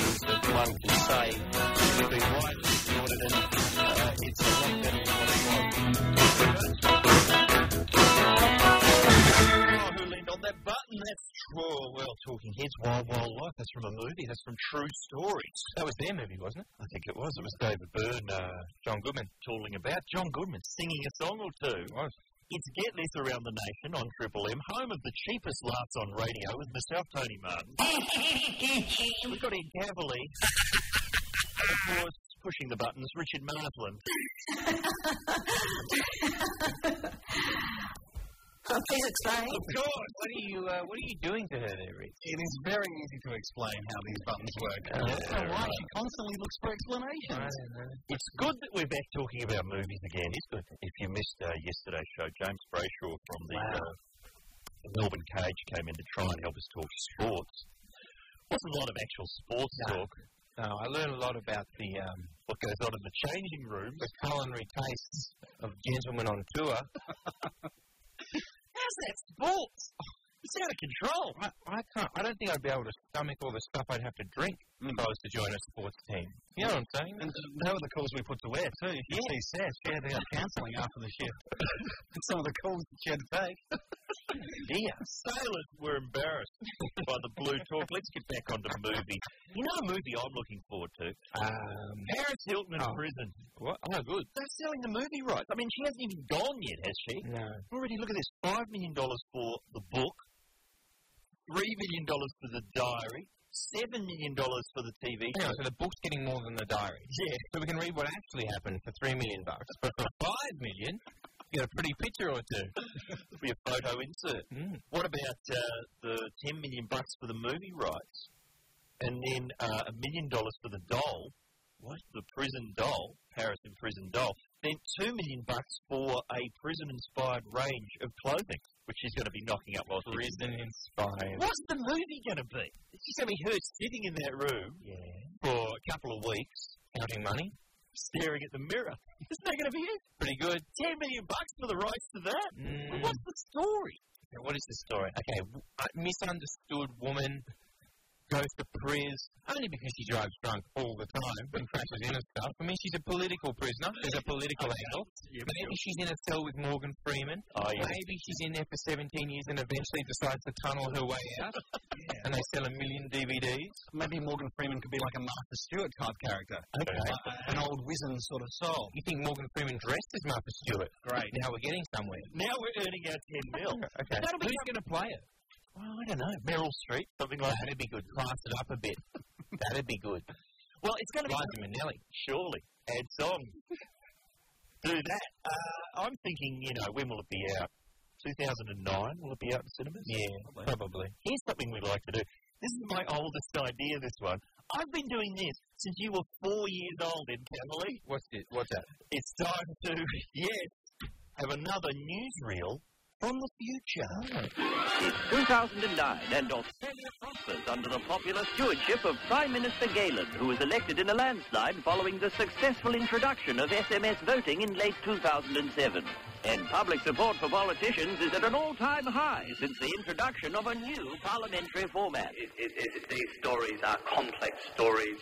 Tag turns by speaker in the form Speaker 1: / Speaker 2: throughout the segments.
Speaker 1: one can say would be widely applauded and uh, it's a lot better than what it was. Oh, who leaned on that button? That's oh, well, Talking Heads, Wild Wild Life. That's from a movie. That's from True Stories.
Speaker 2: That was their movie, wasn't it?
Speaker 1: I think it was. It was David Byrne and uh, John Goodman talking about John Goodman singing a song or two.
Speaker 2: was.
Speaker 1: It's Get This Around the Nation on Triple M, home of the cheapest laughs on radio with myself, Tony Martin. We've got Ian Cavalier. of course, pushing the buttons, Richard Marsland.
Speaker 3: Oh, please explain.
Speaker 2: Of course. What are you uh, What are you doing to her there, Rich?
Speaker 4: It is very easy to explain how these buttons work.
Speaker 2: Uh,
Speaker 4: I don't know why she constantly looks for explanations.
Speaker 1: It's good that we're back talking about movies again, isn't it? If you missed uh, yesterday's show, James Brayshaw from the, uh, the Melbourne Cage came in to try and help us talk sports. Wasn't a lot of actual sports
Speaker 2: No.
Speaker 1: talk.
Speaker 2: No, I learned a lot about the um,
Speaker 1: What goes on in the changing rooms?
Speaker 2: the culinary tastes of gentlemen on tour.
Speaker 1: How's that sports? It's out of control.
Speaker 2: I, I can't. I don't think I'd be able to stomach all the stuff I'd have to drink if I was to join a sports team. You know what I'm saying?
Speaker 1: uh,
Speaker 4: And they were the calls we put to air too. If you see Seth, yeah, they are counselling after the shift. That's some of the calls that she had to take.
Speaker 1: Yeah. Sailors were embarrassed by the blue talk. Let's get back onto the movie. You know a movie I'm looking forward to?
Speaker 2: Um,
Speaker 1: Paris Hilton in
Speaker 2: Oh.
Speaker 1: prison.
Speaker 2: what? Oh, good.
Speaker 1: They're selling the movie rights. I mean, she hasn't even gone yet, has she?
Speaker 2: No.
Speaker 1: Already, look at this. Five million dollars for the book, three million dollars for the diary, seven million dollars for the TV.
Speaker 2: Hang on, so the book's getting more than the diary.
Speaker 1: Yeah.
Speaker 2: So we can read what actually happened for three million bucks, but for five million, you get a pretty picture or two.
Speaker 1: It'll be a photo insert.
Speaker 2: Mm.
Speaker 1: What about uh, the ten million bucks for the movie rights, and then uh, a million dollars for the doll? What the prison doll? Paris in prison doll. Then two million bucks for a prison-inspired range of clothing, which she's going to be knocking up while she's
Speaker 2: Prison inspired.
Speaker 1: What's the movie going to be? It's just going to be her sitting in that room
Speaker 2: Yeah.
Speaker 1: for a couple of weeks,
Speaker 2: Counting money.
Speaker 1: staring at the mirror. Isn't that going to be it?
Speaker 2: Pretty good.
Speaker 1: Ten million bucks for the rights to that?
Speaker 4: Hmm.
Speaker 2: Mm.
Speaker 1: What's the story?
Speaker 2: Now, What is the story? Okay, w- a misunderstood woman goes to Priz only because she drives drunk all the time and crashes into stuff. I mean, she's a political prisoner. There's a political angle. Maybe she's in a cell with Morgan Freeman.
Speaker 1: Oh, yeah.
Speaker 2: Maybe she's in there for 17 years and eventually decides to tunnel her way out. And they sell a million DVDs.
Speaker 4: Maybe Morgan Freeman could be like a Martha Stewart type character,
Speaker 2: Okay.
Speaker 4: an old wizened sort of soul.
Speaker 2: You think Morgan Freeman dressed as Martha Stewart?
Speaker 4: Great.
Speaker 2: Now we're getting somewhere.
Speaker 1: Now we're earning our ten mil.
Speaker 2: Okay.
Speaker 1: That'll be
Speaker 2: Who's going to play it?
Speaker 1: Well, I don't know. Meryl Streep, something like that.
Speaker 2: That'd be good. Class it up a bit. That'd be good.
Speaker 1: Well, it's going to be
Speaker 2: Liza Minnelli.
Speaker 1: surely add songs. Do that. Uh, I'm thinking, you know, when will it be out? 2009. Will it be out in cinemas?
Speaker 2: Yeah, probably.
Speaker 1: here's something we like to do. This is my oldest idea, this one. I've been doing this since you were four years old in Family.
Speaker 2: What's it? What's that?
Speaker 1: It's time to, yes, have another newsreel from the future.
Speaker 5: 2009 and Australia prospers under the popular stewardship of Prime Minister Galen, who was elected in a landslide following the successful introduction of SMS voting in late 2007. And public support for politicians is at an all-time high since the introduction of a new parliamentary format.
Speaker 6: it, it, it, these stories are complex stories.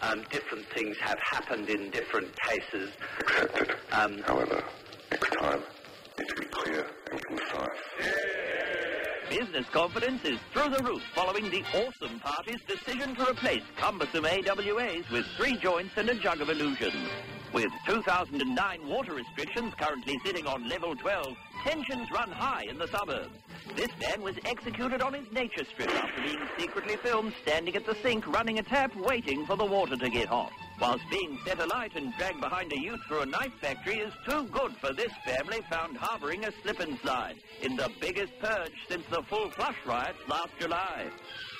Speaker 6: Um, different things have happened in different cases.
Speaker 7: accepted.
Speaker 6: Um,
Speaker 7: However, next time, need to be clear and concise.
Speaker 5: Business confidence is through the roof following the awesome party's decision to replace cumbersome AWAs with three joints and a jug of illusions. With 2009 water restrictions currently sitting on level 12, tensions run high in the suburbs. This man was executed on his nature strip after being secretly filmed standing at the sink, running a tap, waiting for the water to get hot. Whilst being set alight and dragged behind a youth through a knife factory is too good for this family found harbouring a slip and slide in the biggest purge since the full flush riots last July.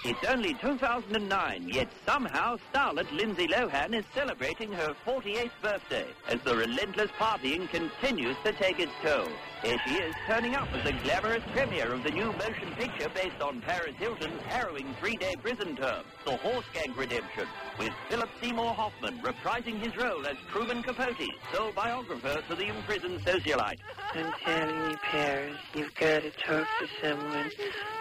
Speaker 5: It's only 2009, yet somehow starlet Lindsay Lohan is celebrating her 48th birthday as the relentless partying continues to take its toll. Here she is turning up as the glamorous premiere of the new motion picture based on Paris Hilton's harrowing three-day prison term, The Horse Gang Redemption. with Philip Seymour Hoffman reprising his role as Truman Capote, sole biographer to the imprisoned socialite.
Speaker 8: I'm telling you, Paris, you've got to talk to someone.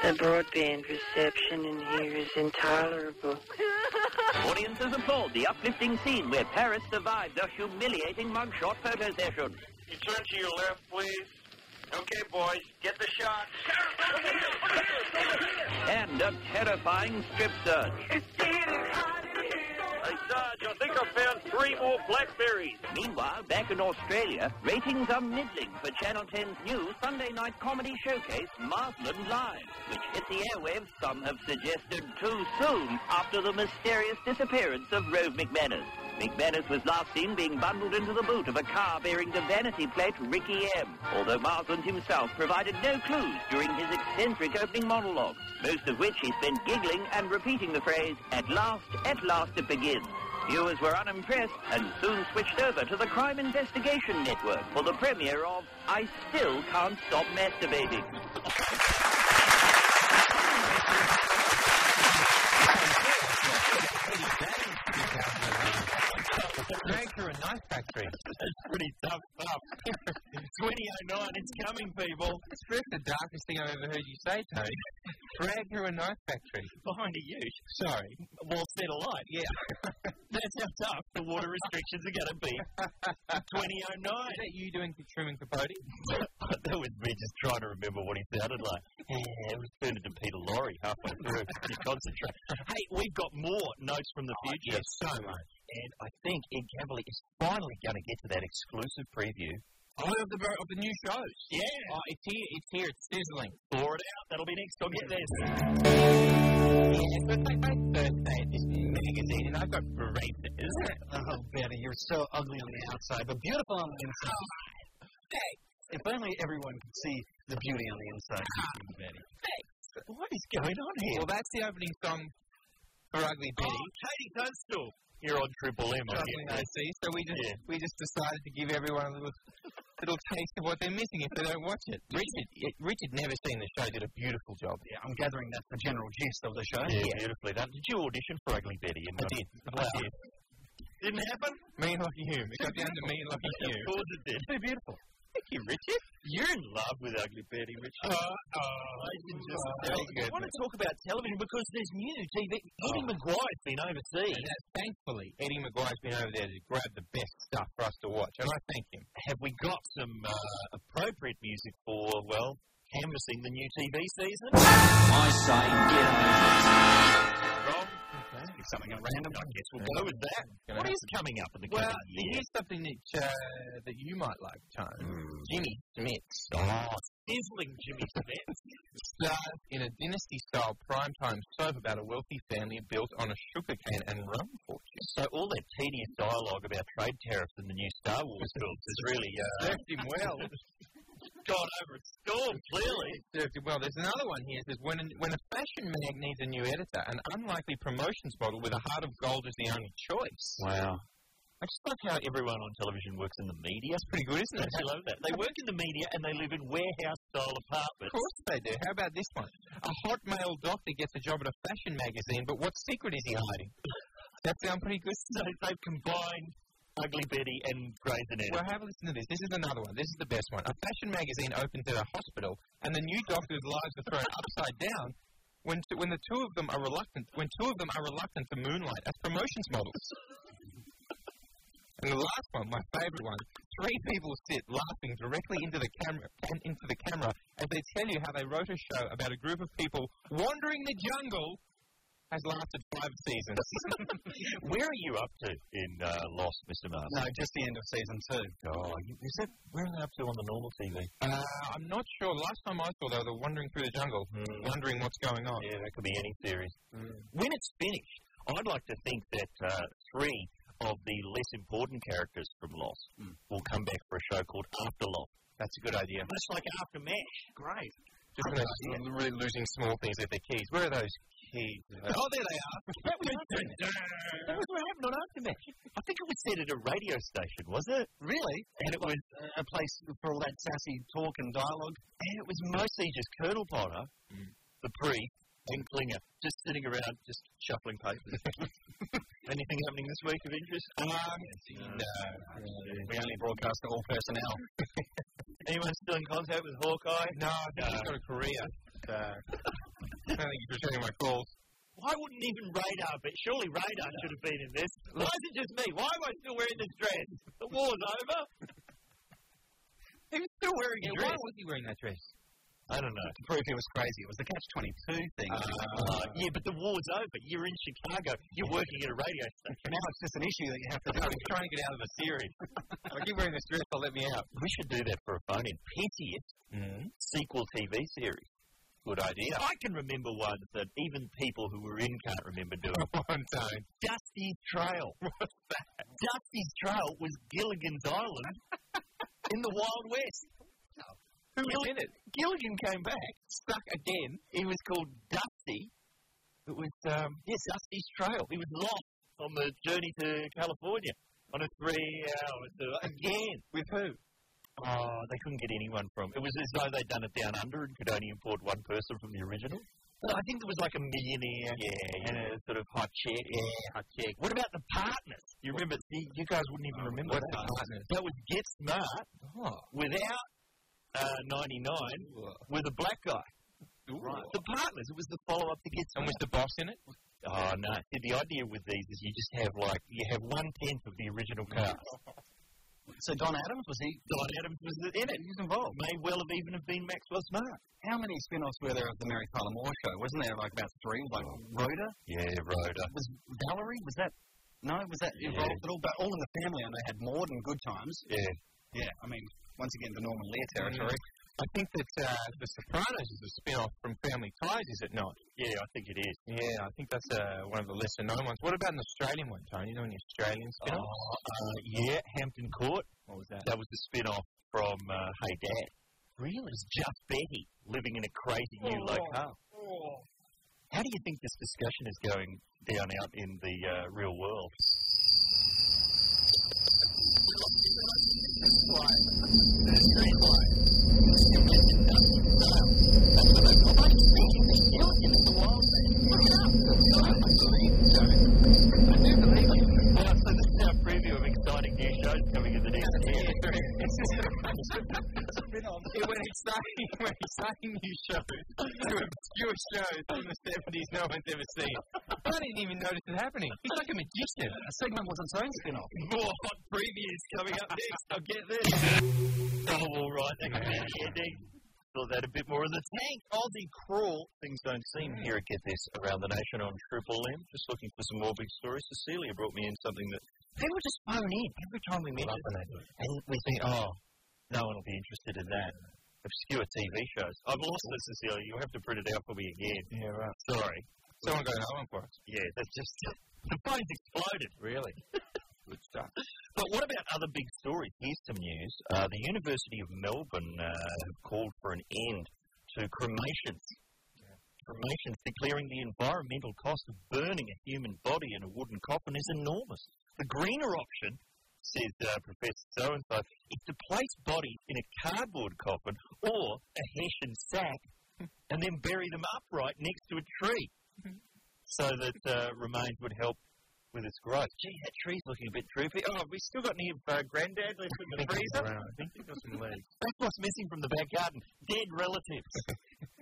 Speaker 8: The broadband reception in here is intolerable.
Speaker 5: Audiences applaud the uplifting scene where Paris survives a humiliating mugshot photo session.
Speaker 6: You turn to your left, please. Okay, boys, get the shot.
Speaker 5: And a terrifying strip search.
Speaker 6: Hey, Sarge, I think I found three more blackberries.
Speaker 5: Meanwhile, back in Australia, ratings are middling for Channel 10's new Sunday night comedy showcase, Marsland Live, which hit the airwaves, some have suggested, too soon after the mysterious disappearance of Rove McManus. McManus was last seen being bundled into the boot of a car bearing the vanity plate Ricky M, although Marsland himself provided no clues during his eccentric opening monologue, most of which he spent giggling and repeating the phrase, at last, at last it begins. Viewers were unimpressed and soon switched over to the Crime Investigation Network for the premiere of I Still Can't Stop Masturbating.
Speaker 2: Nature and Knife Factory.
Speaker 1: That's pretty tough stuff. 2009, it's coming, people.
Speaker 2: That's really the darkest thing I've ever heard you say, Tony. Nature and Knife Factory.
Speaker 1: Behind a huge.
Speaker 2: Sorry.
Speaker 1: Well said alive, yeah. That's how tough the water restrictions are going to be. oh in 2009.
Speaker 2: Is that you doing Truman Capote?
Speaker 1: that was me just trying to remember what he sounded like. Yeah, it was turned into Peter Lorre halfway through. Just concentrate. Hey, we've got more notes from the future. so much. And I think Ed Cavalier is finally going to get to that exclusive preview.
Speaker 2: Oh, of the, of the new shows.
Speaker 1: Yeah.
Speaker 2: Oh, it's here, it's here, it's sizzling.
Speaker 1: Thaw it out. That'll be next. I'll get this.
Speaker 2: Yeah, so it's like my birthday at this magazine, and I've got braces.
Speaker 4: Oh, Betty, you're so ugly on the outside, but beautiful on the inside. Hey, if only everyone could see the beauty on the inside.
Speaker 2: Ah,
Speaker 4: Betty.
Speaker 1: What is going on here?
Speaker 2: Well, that's the opening song for Ugly Betty.
Speaker 1: Oh, Katie Dunstall. You're on Triple M. I'm
Speaker 2: Lovely,
Speaker 1: getting
Speaker 2: I
Speaker 1: that.
Speaker 2: see. So we just we just decided to give everyone a little little taste of what they're missing if they don't watch it. Richard it, Richard never seen the show did a beautiful job.
Speaker 4: Yeah, I'm gathering that's the general gist of the show.
Speaker 1: Yeah, beautifully done. Did you audition for Ugly Betty? I
Speaker 2: did.
Speaker 1: Wow. Didn't happen?
Speaker 2: Me and Lucky Hume. It got down to me and Lucky
Speaker 1: Of
Speaker 2: Hume.
Speaker 1: course it did. So beautiful. Thank you, Richard. You're in love with Ugly Betty, Richard. I can just tell.
Speaker 2: thank
Speaker 1: Uh, I want to talk about television because there's new TV. Eddie McGuire's been overseas.
Speaker 2: Oh. And that, thankfully, Eddie McGuire's been over there to grab the best stuff for us to watch, and I thank him.
Speaker 1: Have we got some uh, appropriate music for, well, canvassing the new TV season? Rob?
Speaker 4: Something random.
Speaker 1: I guess we'll go with that.
Speaker 2: Gonna
Speaker 1: What
Speaker 2: have
Speaker 1: is coming up in the
Speaker 2: Well,
Speaker 1: coming year?
Speaker 2: here's something that uh, that you might like, Tone. Jimmy Smith
Speaker 1: Oh, sizzling Jimmy Smith.
Speaker 2: stars in a dynasty-style primetime soap about a wealthy family built on a sugarcane and rum fortune.
Speaker 1: so all that tedious dialogue about trade tariffs in the new Star Wars films is really uh,
Speaker 2: Served him well.
Speaker 1: gone over its storm, clearly.
Speaker 2: Served him well. There's another one here. It says when a, when a fashion mag needs a new editor, an unlikely promotions model with a heart of gold is the only choice.
Speaker 1: Wow. I just love how everyone on television works in the media.
Speaker 2: That's pretty good, isn't it?
Speaker 1: I love that. They work in the media and they live in warehouse-style
Speaker 2: Of
Speaker 1: apartments.
Speaker 2: course they do. How about this one? A hot male doctor gets a job at a fashion magazine, but what secret is he hiding? That sounds pretty good.
Speaker 1: So they've combined Ugly Betty and Grey's Anatomy.
Speaker 2: Well, have a listen to this. This is another one. This is the best one. A fashion magazine opens at a hospital, and the new doctor's lives are thrown upside down when t- when the two of them are reluctant when two of them are reluctant to moonlight as promotions models. And the last one, my favourite one. Three people sit laughing directly into the camera and into the camera as they tell you how they wrote a show about a group of people wandering the jungle. Has lasted five seasons.
Speaker 1: Where are you up to in uh, Lost, Mr. Mars?
Speaker 4: No, just the end of season two.
Speaker 1: Oh, you- is that where are they up to on the normal TV?
Speaker 2: Uh, I'm not sure. Last time I saw, they were wandering through the jungle, wondering what's going on.
Speaker 1: Hmm. Yeah, that could be any series.
Speaker 4: Mm.
Speaker 1: When it's finished, I'd like to think that uh, three of the less important characters from Lost
Speaker 4: Mm.
Speaker 1: will come back for a show called After Lost.
Speaker 2: That's a good idea.
Speaker 1: Much like After MASH. Great.
Speaker 2: Just when they're really losing small things at their keys. Where are those keys? oh, there they are.
Speaker 1: That was, that was what happened on After MASH. I think it was set at a radio station, was it?
Speaker 4: Really? And it was uh, a place for all that sassy talk and dialogue.
Speaker 2: Mm.
Speaker 1: And it was mostly just Colonel Potter, the priest, and Klinger just sitting around, just shuffling papers. Anything happening this week of interest?
Speaker 2: Um, no.
Speaker 4: We only broadcast to all personnel.
Speaker 1: Anyone still in contact with Hawkeye?
Speaker 2: No, I think he's got a career. So, I don't think he's returning my calls.
Speaker 1: Why wouldn't even Radar? But surely Radar should have been in this. Why is it just me? Why am I still wearing this dress? The war's over.
Speaker 2: He was still wearing
Speaker 1: a dress.
Speaker 2: was he wearing that dress?
Speaker 1: I don't know.
Speaker 4: To prove he was crazy, it was the catch twenty-two thing.
Speaker 1: Uh, yeah, but the war's over. You're in Chicago. You're working at a radio station.
Speaker 4: now it's just an issue that you have to
Speaker 2: I
Speaker 4: deal
Speaker 2: was trying to get out of the series. if I keep wearing this dress, they'll let me out.
Speaker 1: We should do that for a phone in. Pettiest Hmm.
Speaker 2: Mm-hmm.
Speaker 1: sequel TV series. Good idea. I can remember one that even people who were in can't remember doing.
Speaker 2: One time.
Speaker 1: Dusty's Trail. What's that? Dusty's Trail was Gilligan's Island in the Wild West.
Speaker 2: Who was in it?
Speaker 1: Gilligan came back, stuck again. He was called Dusty. It was, um, yes, Dusty's Trail. He was lost on the journey to California on a three hour tour again.
Speaker 2: With who?
Speaker 1: Oh, they couldn't get anyone from. It was as though they'd done it down under and could only import one person from the original. But I think there was like a millionaire and a sort of hot chick. Yeah, hot chick. What about the partners? You remember? See, you guys wouldn't even remember
Speaker 2: What
Speaker 1: that.
Speaker 2: partners?
Speaker 1: That was Get Smart without uh, 99 with a black guy. Right. The partners. It was the follow up to Get
Speaker 2: And
Speaker 1: Smart.
Speaker 2: was the boss in it?
Speaker 1: Oh no! See, the idea with these is you just have like you have one tenth of the original cast.
Speaker 4: with. So Don Adams was he?
Speaker 1: Don Adams was in it. He was involved. May well have even have been Maxwell Smart.
Speaker 4: How many spin-offs were there of the Mary Tyler Moore Show? Wasn't there like about three? Like
Speaker 1: Oh.
Speaker 4: Rhoda
Speaker 1: Yeah, Rhoda.
Speaker 4: was Valerie. Was that? No, was that
Speaker 1: Yeah.
Speaker 4: involved at all? But all in the family, and they had Maud and Good Times.
Speaker 1: Yeah.
Speaker 4: Yeah, I mean, once again, the Norman Lear territory.
Speaker 1: Mm.
Speaker 2: I think that uh, The Sopranos is a spin off from Family Ties, is it not?
Speaker 1: Yeah, I think it is.
Speaker 2: Yeah, I think that's uh, one of the lesser known ones. What about an Australian one, Tony? You know, an Australian spin off?
Speaker 1: uh, yeah, Hampton Court.
Speaker 2: Oh. What was that?
Speaker 1: That was the spin off from uh, Hey Dad. Really? It's just Betty living in a crazy new locale.
Speaker 2: Oh.
Speaker 1: How do you think this discussion is going down out in the uh, real world? Well, so this is our preview of exciting new shows coming in the next year.
Speaker 2: Yeah, when exciting, when exciting new shows, to obscure shows from the 70s no one's ever seen. I didn't even notice it happening. He's like a magician.
Speaker 4: A segment was its own spin-off.
Speaker 1: More hot previews coming up next. I'll get this. Oh, all right. That could be the ending. Thought that a bit more in the tank. Aussie crawl. Things don't seem here at Get This around the nation on Triple M. Just looking for some more big stories. Cecilia brought me in something that people just phone in every time we meet and we think, oh, no one will be interested in that. Obscure TV shows. I've lost this, Cecilia. You'll have to print it out for me again.
Speaker 2: Yeah, right.
Speaker 1: Sorry.
Speaker 2: Someone got another one for us.
Speaker 1: Yeah, that's just the phone's exploded.
Speaker 2: Really? Good stuff.
Speaker 1: But what about other big stories? Here's some news. Uh, the University of Melbourne uh, have called for an end to cremations. Cremations, declaring the environmental cost of burning a human body in a wooden coffin is enormous. The greener option, says uh, Professor So and so, is to place bodies in a cardboard coffin or a hessian sack and then bury them upright next to a tree
Speaker 2: Mm-hmm.
Speaker 1: so that uh, remains would help with its growth. Gee, that tree's looking a bit droopy. Oh, have we still got any of uh, Granddad left in the freezer?
Speaker 2: I think you've got some legs.
Speaker 1: That's what's missing from the back garden. Dead relatives.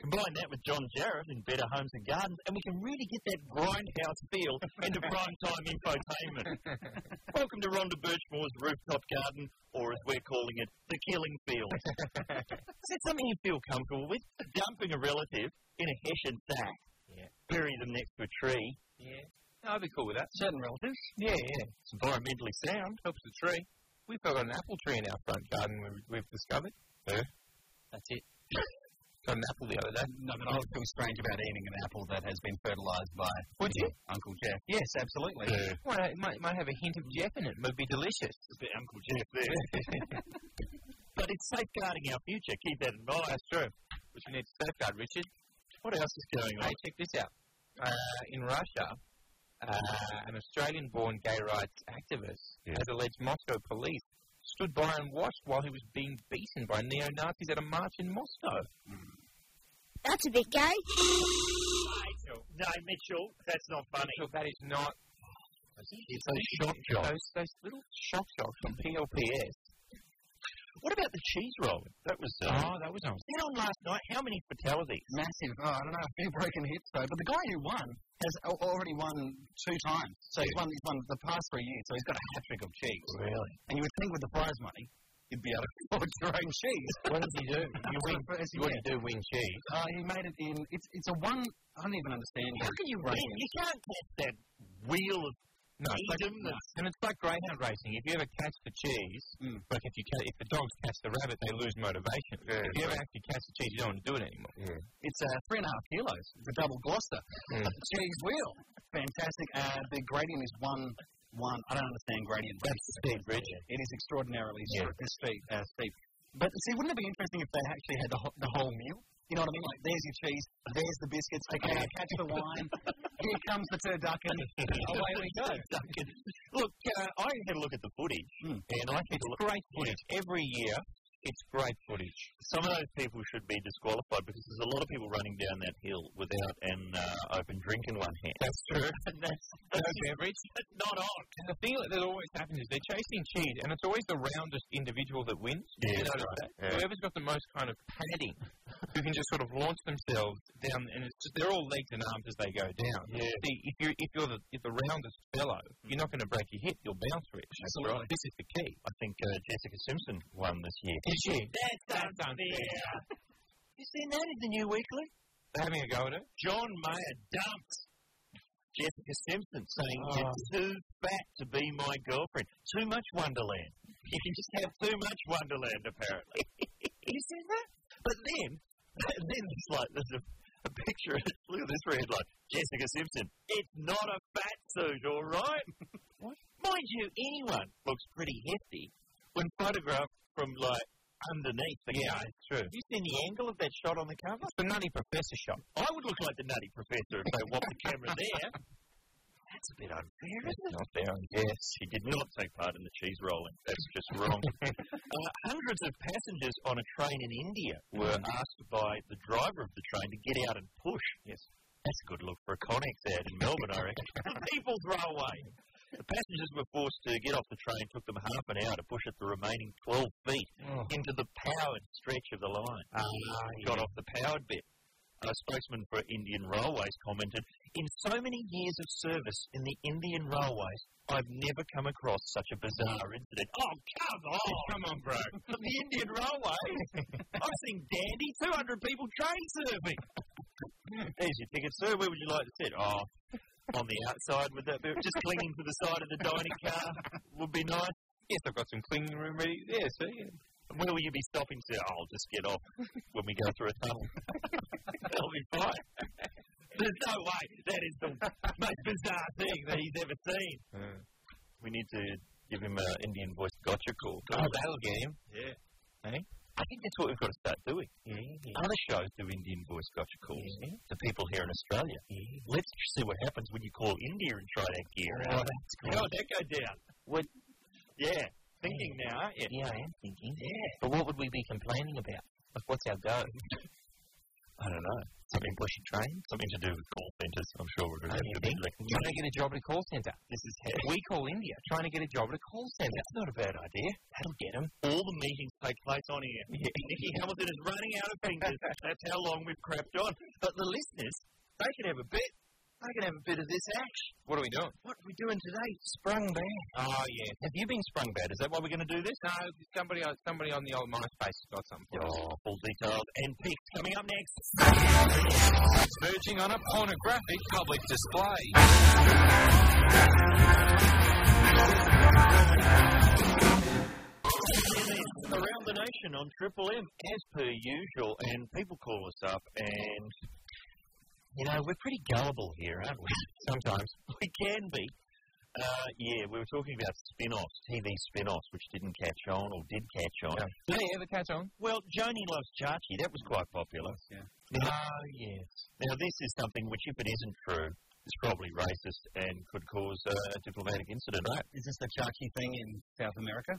Speaker 1: Combine that with John Jarrett in Better Homes and Gardens, and we can really get that grindhouse feel into primetime infotainment. Welcome to Rhonda Birchmore's rooftop garden, or as we're calling it, the killing field. Is that something you feel comfortable with? Dumping a relative in a hessian sack,
Speaker 2: Yeah.
Speaker 1: bury them next to a tree.
Speaker 2: Yeah. No, I'd be cool with that.
Speaker 4: Certain relatives.
Speaker 2: Yeah, yeah.
Speaker 1: It's environmentally sound.
Speaker 2: Helps the tree. We've got an apple tree in our front garden we- we've discovered. Yeah.
Speaker 4: That's it.
Speaker 2: Got an apple the other day.
Speaker 4: No, but I would feel strange about eating an apple that has been fertilised by
Speaker 2: Would you?
Speaker 4: Uncle Jack. Yes, absolutely.
Speaker 2: Well, it might, might have a hint of Jeff in it. It would be delicious.
Speaker 1: It's a bit Uncle Jeff there. but it's safeguarding our future. Keep that in mind. That's true.
Speaker 2: Which we need to safeguard, Richard.
Speaker 1: What else is going on?
Speaker 2: Hey, check this out. Uh, in Russia, uh, an Australian born gay rights activist has alleged Moscow police stood by and watched while he was being beaten by neo Nazis at a march in Moscow.
Speaker 9: That's a bit gay.
Speaker 1: No, Mitchell, that's not funny.
Speaker 2: Mitchell, that is not. It's those shock jocks. Those, those little shock jocks from PLPS.
Speaker 1: What about the cheese roll? That was. Uh,
Speaker 2: Oh, that was on.
Speaker 1: That on last night. How many fatalities?
Speaker 10: Massive. Oh, I don't know, a few broken hips though. But the guy who won has al- already won two times. So he's won, he's won the past three years. So he's got a hat trick of cheese.
Speaker 1: Really?
Speaker 10: And you would think with the prize money, you'd be able to afford your own cheese.
Speaker 2: What did he do?
Speaker 10: You win. First
Speaker 2: What did he do? Win cheese.
Speaker 10: Uh, he made it in. It's it's a one. I don't even understand. How can you
Speaker 1: You, you can't catch that wheel of
Speaker 2: No, it's like,
Speaker 1: Eden and-
Speaker 2: and it's like greyhound racing. If you ever catch the cheese,
Speaker 10: Mm.
Speaker 2: like if you ca- if the dogs catch the rabbit, they lose motivation. if you ever actually catch the cheese, you don't want to do it anymore.
Speaker 10: It's uh, three and a half kilos. It's a double Gloucester.
Speaker 2: Mm.
Speaker 10: Cheese wheel. Fantastic. Uh, the gradient is one. One. I don't understand gradient. That's steep, Bridget. It is extraordinarily
Speaker 2: Yeah.
Speaker 10: steep. steep, uh, steep. But see, wouldn't it be interesting if they actually had the, ho- the whole meal? You know what I mean? Like, there's your cheese, there's the biscuits. Okay, I catch the wine. Here comes the turducken.
Speaker 2: Oh,
Speaker 10: Away we go.
Speaker 1: Duncan. Look, uh, I had a look at the footage,
Speaker 10: Hmm.
Speaker 1: and I think
Speaker 2: It's great footage every year. It's great footage.
Speaker 1: some of those people should be disqualified because there's a lot of people running down that hill without an uh, open drink in one hand.
Speaker 2: That's true.
Speaker 1: And that's,
Speaker 2: No
Speaker 1: that's
Speaker 2: beverage.
Speaker 1: just not on.
Speaker 2: And the thing that always happens is they're chasing cheese, and it's always the roundest individual that wins.
Speaker 1: Yeah,
Speaker 2: You
Speaker 1: that's
Speaker 2: notice
Speaker 1: right.
Speaker 2: that?
Speaker 1: Yeah.
Speaker 2: Whoever's got the most kind of padding, who can just sort of launch themselves down, and it's just, they're all legs and arms as they go down.
Speaker 1: Yeah.
Speaker 2: See, if you're if you're the if the roundest fellow, you're not going to break your hip. You'll bounce for it.
Speaker 1: Absolutely.
Speaker 2: This is the key.
Speaker 1: I think uh, Jessica Simpson won this year.
Speaker 2: Did she?
Speaker 1: That's you seen that in the New Weekly?
Speaker 2: They're having a go at it.
Speaker 1: John Mayer dumped Jessica Simpson, saying
Speaker 2: Oh.
Speaker 1: you're too fat to be my girlfriend. Too much Wonderland. You can just have too much Wonderland, apparently. you seen that? But then, then it's like there's a, a picture. Look at this red line. Jessica Simpson. It's not a fat suit, all right. what? Mind you, anyone looks pretty hefty when photographed from like underneath. The
Speaker 2: Yeah,
Speaker 1: cover.
Speaker 2: it's true.
Speaker 1: Have you seen the angle of that shot on the cover?
Speaker 2: It's the nutty professor shot.
Speaker 1: I would look like the nutty professor if they whopped the camera there. That's a bit unfair, isn't it?
Speaker 2: Not there.
Speaker 1: Yes, he did not take part in the cheese rolling. That's just wrong. uh, hundreds of passengers on a train in India were asked by the driver of the train to get out and push. Yes. That's a good look for a Connex ad in Melbourne, I reckon. People throw away. The passengers were forced to get off the train. It took them half an hour to push it the remaining 12 feet
Speaker 2: Oh.
Speaker 1: into the powered stretch of the line. got off the powered bit. A spokesman for Indian Railways commented, In so many years of service in the Indian Railways, I've never come across such a bizarre incident. Oh, come on! Come on, bro. the Indian Railways? I've seen dandy 200 people train surfing. There's your ticket, sir. Where would you like to sit? Oh, on the outside with that bit, just clinging to the side of the dining car would be nice.
Speaker 2: Yes, I've got some cleaning room ready. Yeah, see.
Speaker 1: Where will you be stopping, sir? I'll just get off when we go through a tunnel. That'll be fine. There's no way that is the most bizarre thing that he's ever seen.
Speaker 2: Yeah.
Speaker 1: We need to give him an Indian voice gotcha call.
Speaker 2: Oh, that'll get him. Eh?
Speaker 1: I think that's what we've got to start doing. Other shows do Indian voice gotcha calls to people here in Australia. Let's see what happens when you call India and try that gear
Speaker 2: Oh,
Speaker 1: out. How would that go down? What? Yeah, thinking now, aren't you?
Speaker 2: Yeah, I am thinking. Yeah. But what would we be complaining about? Like, what's our go?
Speaker 1: I don't know. Something pushy train? Something to do with call centres, I'm sure. We're
Speaker 2: Don't you think? Trying to get a job at a call centre. This is we call India. Trying to get a job at a call centre. That's not a bad idea. That'll get him.
Speaker 1: All the meetings take place on air. Nicky Hamilton is running out of fingers. That's how long we've crapped on. But the listeners, they can have a bit. They can have a bit of this action.
Speaker 2: What are we doing?
Speaker 1: What are we doing today? Sprung bad.
Speaker 2: Oh yeah.
Speaker 1: Have you been sprung bad? Is that why we're going to do this?
Speaker 2: No, somebody, somebody on the old MySpace has got something.
Speaker 1: Oh, full details and picks coming up next.
Speaker 2: Verging on a pornographic public display.
Speaker 1: around the nation on Triple M as per usual, and people call us up, and you know we're pretty gullible here, aren't we? Sometimes we can be. Uh, yeah, we were talking about spin-offs, TV spin-offs, which didn't catch on or did catch on.
Speaker 2: Yeah. Do they ever catch on?
Speaker 1: Well, Joni Loves Chachi, that was quite popular.
Speaker 10: Yeah.
Speaker 1: Now, oh, yes. Now, this is something which, if it isn't true, is probably racist and could cause uh, a diplomatic incident, right?
Speaker 10: Is this the charchi thing in South America?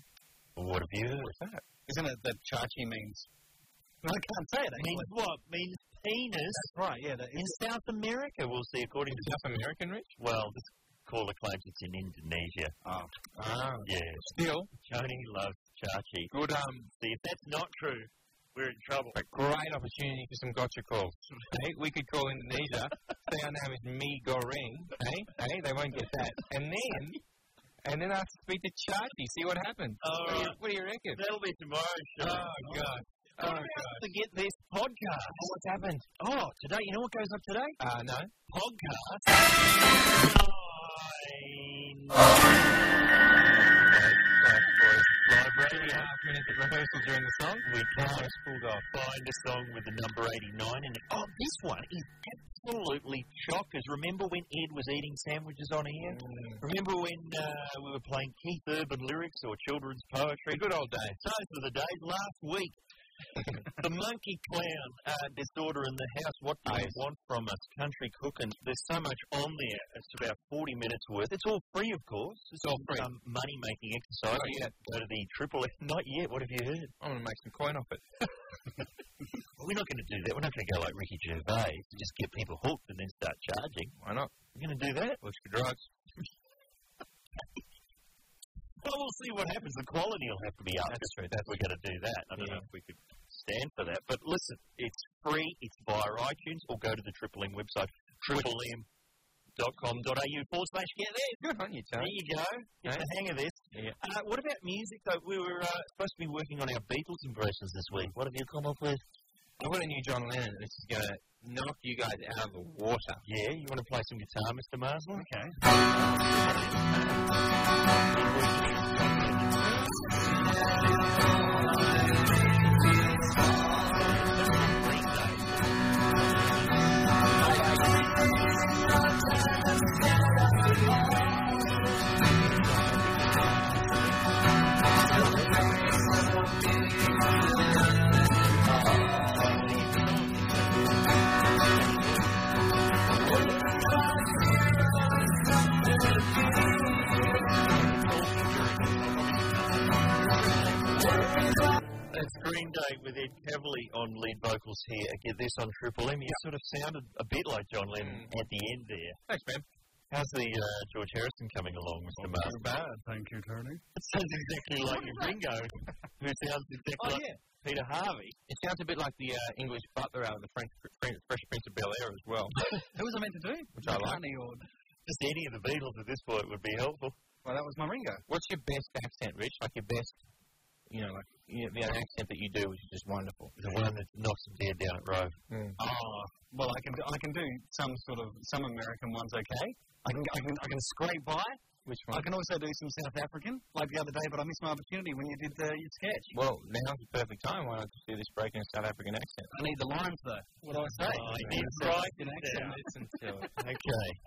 Speaker 1: Well, what have you heard?
Speaker 10: Isn't it that charchi means? I can't say it.
Speaker 1: Means what? Means penis
Speaker 4: Right, yeah. That
Speaker 1: in
Speaker 4: is,
Speaker 1: South America. We'll see, according to
Speaker 2: South American rich?
Speaker 1: well, this caller claims it's in Indonesia.
Speaker 2: Ah.
Speaker 1: Yeah,
Speaker 2: Still,
Speaker 1: Tony loves Chachi.
Speaker 2: good, um,
Speaker 1: See, if that's not true, we're in trouble.
Speaker 2: a great opportunity for some gotcha calls. hey, we could call Indonesia, say our name is Me Goreng. Hey, hey, they won't get that. And then, and then I have to speak to Chachi, see what happens.
Speaker 1: All
Speaker 2: What do you-
Speaker 1: right.
Speaker 2: What do you reckon?
Speaker 1: That'll be tomorrow's show.
Speaker 2: Oh, God.
Speaker 1: How am I supposed to get this podcast? What's happened? Oh, today, you know what goes up today?
Speaker 2: Uh, no.
Speaker 1: Podcast.
Speaker 2: Right, boys.
Speaker 1: Live
Speaker 2: Three and a
Speaker 1: radio.
Speaker 2: half minutes of rehearsal during the song.
Speaker 1: We can't find a song with the number 89 in it. Oh, this one is absolutely chockers. Remember when Ed was eating sandwiches on air?
Speaker 4: Mm.
Speaker 1: Remember when uh, we were playing Keith Urban lyrics or children's poetry? Good old days. Those were the days last week. the monkey clown uh, disorder in the house. What do they want from us? Country cooking. There's so much on there. It's about 40 minutes worth. It's all free, of course. It's all free. Oh, Um, money making exercise.
Speaker 2: Not yet.
Speaker 1: Go to the triple. Not yet. What have you heard?
Speaker 2: I'm going to make some coin off it.
Speaker 1: Well, we're not going to do that. We're not going to go like Ricky Gervais and just get people hooked and then start charging.
Speaker 2: Why not?
Speaker 1: We're going to do that.
Speaker 2: Looks for drugs.
Speaker 1: Well, we'll see what happens. The quality will have to be up. That's true. That's we're going to do that. I don't know if we could stand for that. But listen, it's free. It's via iTunes or go to the Triple M website, triplem.com.au forward slash get there.
Speaker 2: Good on you,
Speaker 1: There
Speaker 2: Tony.
Speaker 1: you go. Get the hang of this.
Speaker 2: Yeah.
Speaker 1: Uh, what about music, though? We were uh, supposed to be working on our Beatles impressions this week. What have you come up with?
Speaker 2: I've got a new John Lennon. This is going to knock you guys out of the water.
Speaker 1: Yeah, you want to play some guitar, Mr. Marsden? Okay. That's Green Day with Ed Cavalier on lead vocals here. Get this on Triple M. You sort of sounded a bit like John Lennon
Speaker 9: Mm.
Speaker 1: at the end there.
Speaker 2: Thanks, man.
Speaker 1: How's the uh, George Harrison coming along, Mr. Marsden?
Speaker 9: bad, thank you, Tony.
Speaker 1: It sounds exactly like your gringo, who sounds
Speaker 9: Oh,
Speaker 1: exactly like Peter Harvey.
Speaker 2: It sounds a bit like the uh, English butler out of the French, French, Fresh Prince of Bel Air as well.
Speaker 4: who was I meant to do?
Speaker 2: Which I like.
Speaker 4: Honey or
Speaker 1: Just any of the Beatles at this point would be helpful.
Speaker 4: well, that was my Ringo.
Speaker 2: What's your best accent, Rich? Like your best, you know, like you know, the accent that you do, which is just wonderful.
Speaker 1: The one that knocks him dead down at Rove.
Speaker 4: Oh, well, I can do, I can do some sort of some American ones. Okay, I can I can I can scrape by.
Speaker 2: Which
Speaker 4: I
Speaker 2: one?
Speaker 4: can also do some South African, like the other day, but I missed my opportunity when you did uh, your sketch.
Speaker 2: Well, now's the perfect time. Why not just do this break in a South African accent?
Speaker 4: I need the lines though. What do I say?
Speaker 1: Oh, you
Speaker 4: I
Speaker 1: did
Speaker 4: South
Speaker 1: right
Speaker 4: African accent.
Speaker 2: Listen to it.
Speaker 1: Okay.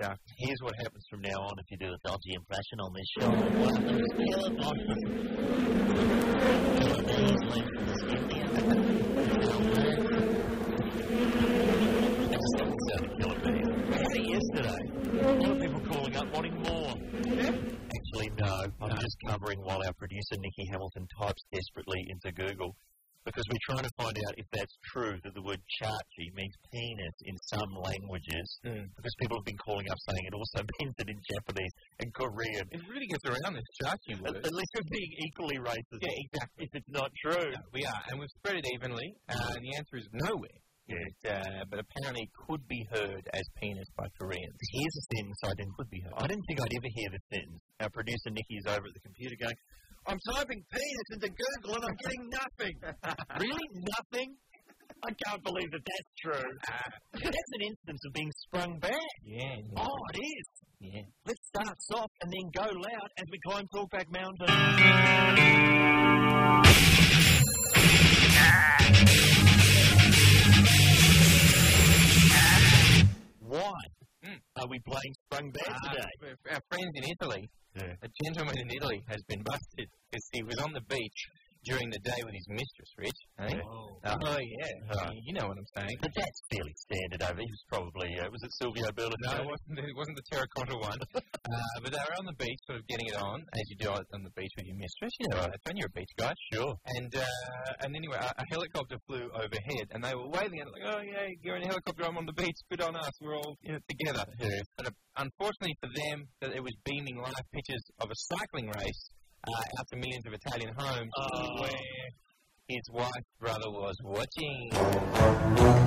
Speaker 1: Duck. Here's what happens from now on if you do a dodgy impression on this show. What happens is the other Yesterday, a lot of people calling up wanting more. Actually, no. I'm just covering while our producer Nikki Hamilton types desperately into Google because we're trying to find out if that's true that the word chachi means penis in some languages.
Speaker 2: Mm.
Speaker 1: Because people have been calling up saying it also means it in Japanese and Korean.
Speaker 2: It really gets around this Chachi word.
Speaker 1: Unless you're being equally racist.
Speaker 2: Yeah, exactly.
Speaker 1: If it's not true.
Speaker 2: No, we are, and we've spread it evenly, uh, and the answer is nowhere. It, uh, but apparently it could be heard as penis by Koreans.
Speaker 1: Here's a sentence I didn't could be heard. I didn't think I'd ever hear this sentence. Our producer Nikki is over at the computer going, I'm typing penis into Google and I'm getting nothing. really? Nothing? I can't believe that that's true. that's an instance of being sprung back.
Speaker 2: Yeah.
Speaker 1: Oh, it is.
Speaker 2: Yeah.
Speaker 1: Let's start soft and then go loud as we climb Talkback Mountain. Why
Speaker 2: Mm.
Speaker 1: are we playing Sprung Bad today?
Speaker 2: Ah, Our friends in Italy,
Speaker 1: Yeah.
Speaker 2: a gentleman in Italy has been busted because he was on the beach during the day with his mistress, Rich. Eh? Oh, yeah.
Speaker 1: Right.
Speaker 2: You know what I'm saying.
Speaker 1: But that's fairly standard over. He was probably, uh, was it Silvio
Speaker 2: No,
Speaker 1: Berlusconi?
Speaker 2: it wasn't, it wasn't the terracotta one. uh, but they were on the beach, sort of getting it on, as you do on the beach with your mistress. You know, that's when you're a beach guy.
Speaker 1: Sure.
Speaker 2: And uh, and anyway, a, a helicopter flew overhead, and they were waving at it like, "Oh yeah, you're in a helicopter. I'm on the beach. Good on us. We're all in it together." But uh, unfortunately for them, that it was beaming live pictures of a cycling race uh, out to millions of Italian homes, where his wife's brother was watching.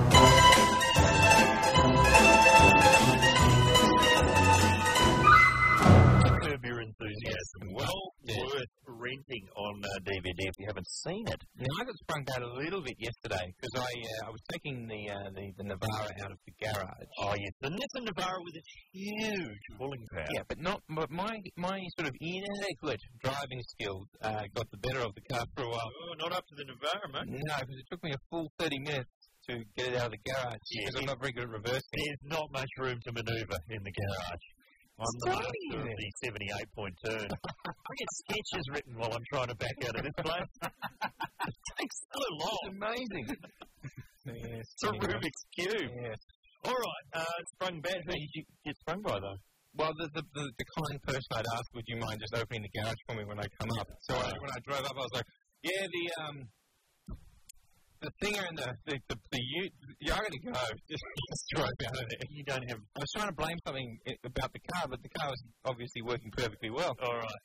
Speaker 1: Curb Your Enthusiasm. Well worth renting on uh, DVD if you haven't seen it.
Speaker 2: Now I got sprung out a little bit yesterday because I uh, I was taking the, uh, the the Navara out of the garage.
Speaker 1: Oh, yes. The Nissan Navara with its huge pulling power.
Speaker 2: Yeah, but not but my my sort of inadequate driving skills uh, got the better of the car for a while.
Speaker 1: Oh, not up to the Navara, mate.
Speaker 2: No, because it took me a full thirty minutes to get it out of the garage
Speaker 1: Yeah,
Speaker 2: because I'm not very good at reversing.
Speaker 1: There's not much room to manoeuvre in the garage. I'm the master of the 78 point turn. I get sketches written while I'm trying to back out of this place. it takes so long.
Speaker 2: It's amazing. yes,
Speaker 1: It's a Rubik's Cube.
Speaker 2: Yes.
Speaker 1: All right, uh, sprung bad. Who did you get sprung by, though?
Speaker 2: Well, the, the, the, the kind person I'd asked, would you mind just opening the garage for me when I come up? So I, when I drove up, I was like, yeah, the um, the thinger and the the the, the you, yeah, I'm gonna go. Just, just drive out of there. You don't have. I was trying to blame something i- about the car, but the car was obviously working perfectly well.
Speaker 1: All right,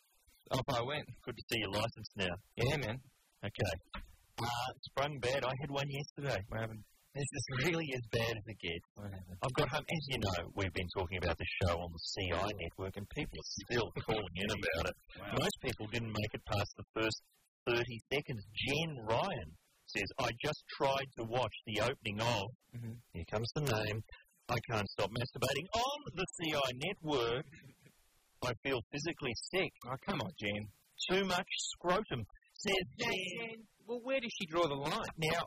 Speaker 2: Off I went.
Speaker 1: good to see your license now.
Speaker 2: Yeah, man.
Speaker 1: Okay. Uh, sprung bad. I had one yesterday.
Speaker 2: What happened?
Speaker 1: This is really as bad as it gets.
Speaker 2: What happened?
Speaker 1: I've got home, as you know, we've been talking about the show on the CI network, and people are still calling in about it. Most people didn't make it past the first 30 seconds. Jen Ryan says, I just tried to watch the opening of,
Speaker 2: Mhm.
Speaker 1: here comes the name, I Can't Stop Masturbating on the CI network. I feel physically sick.
Speaker 2: Oh, come on, Jen.
Speaker 1: Too much scrotum. Says Jen.
Speaker 2: Jen. Well, where does she draw the line?
Speaker 1: Now,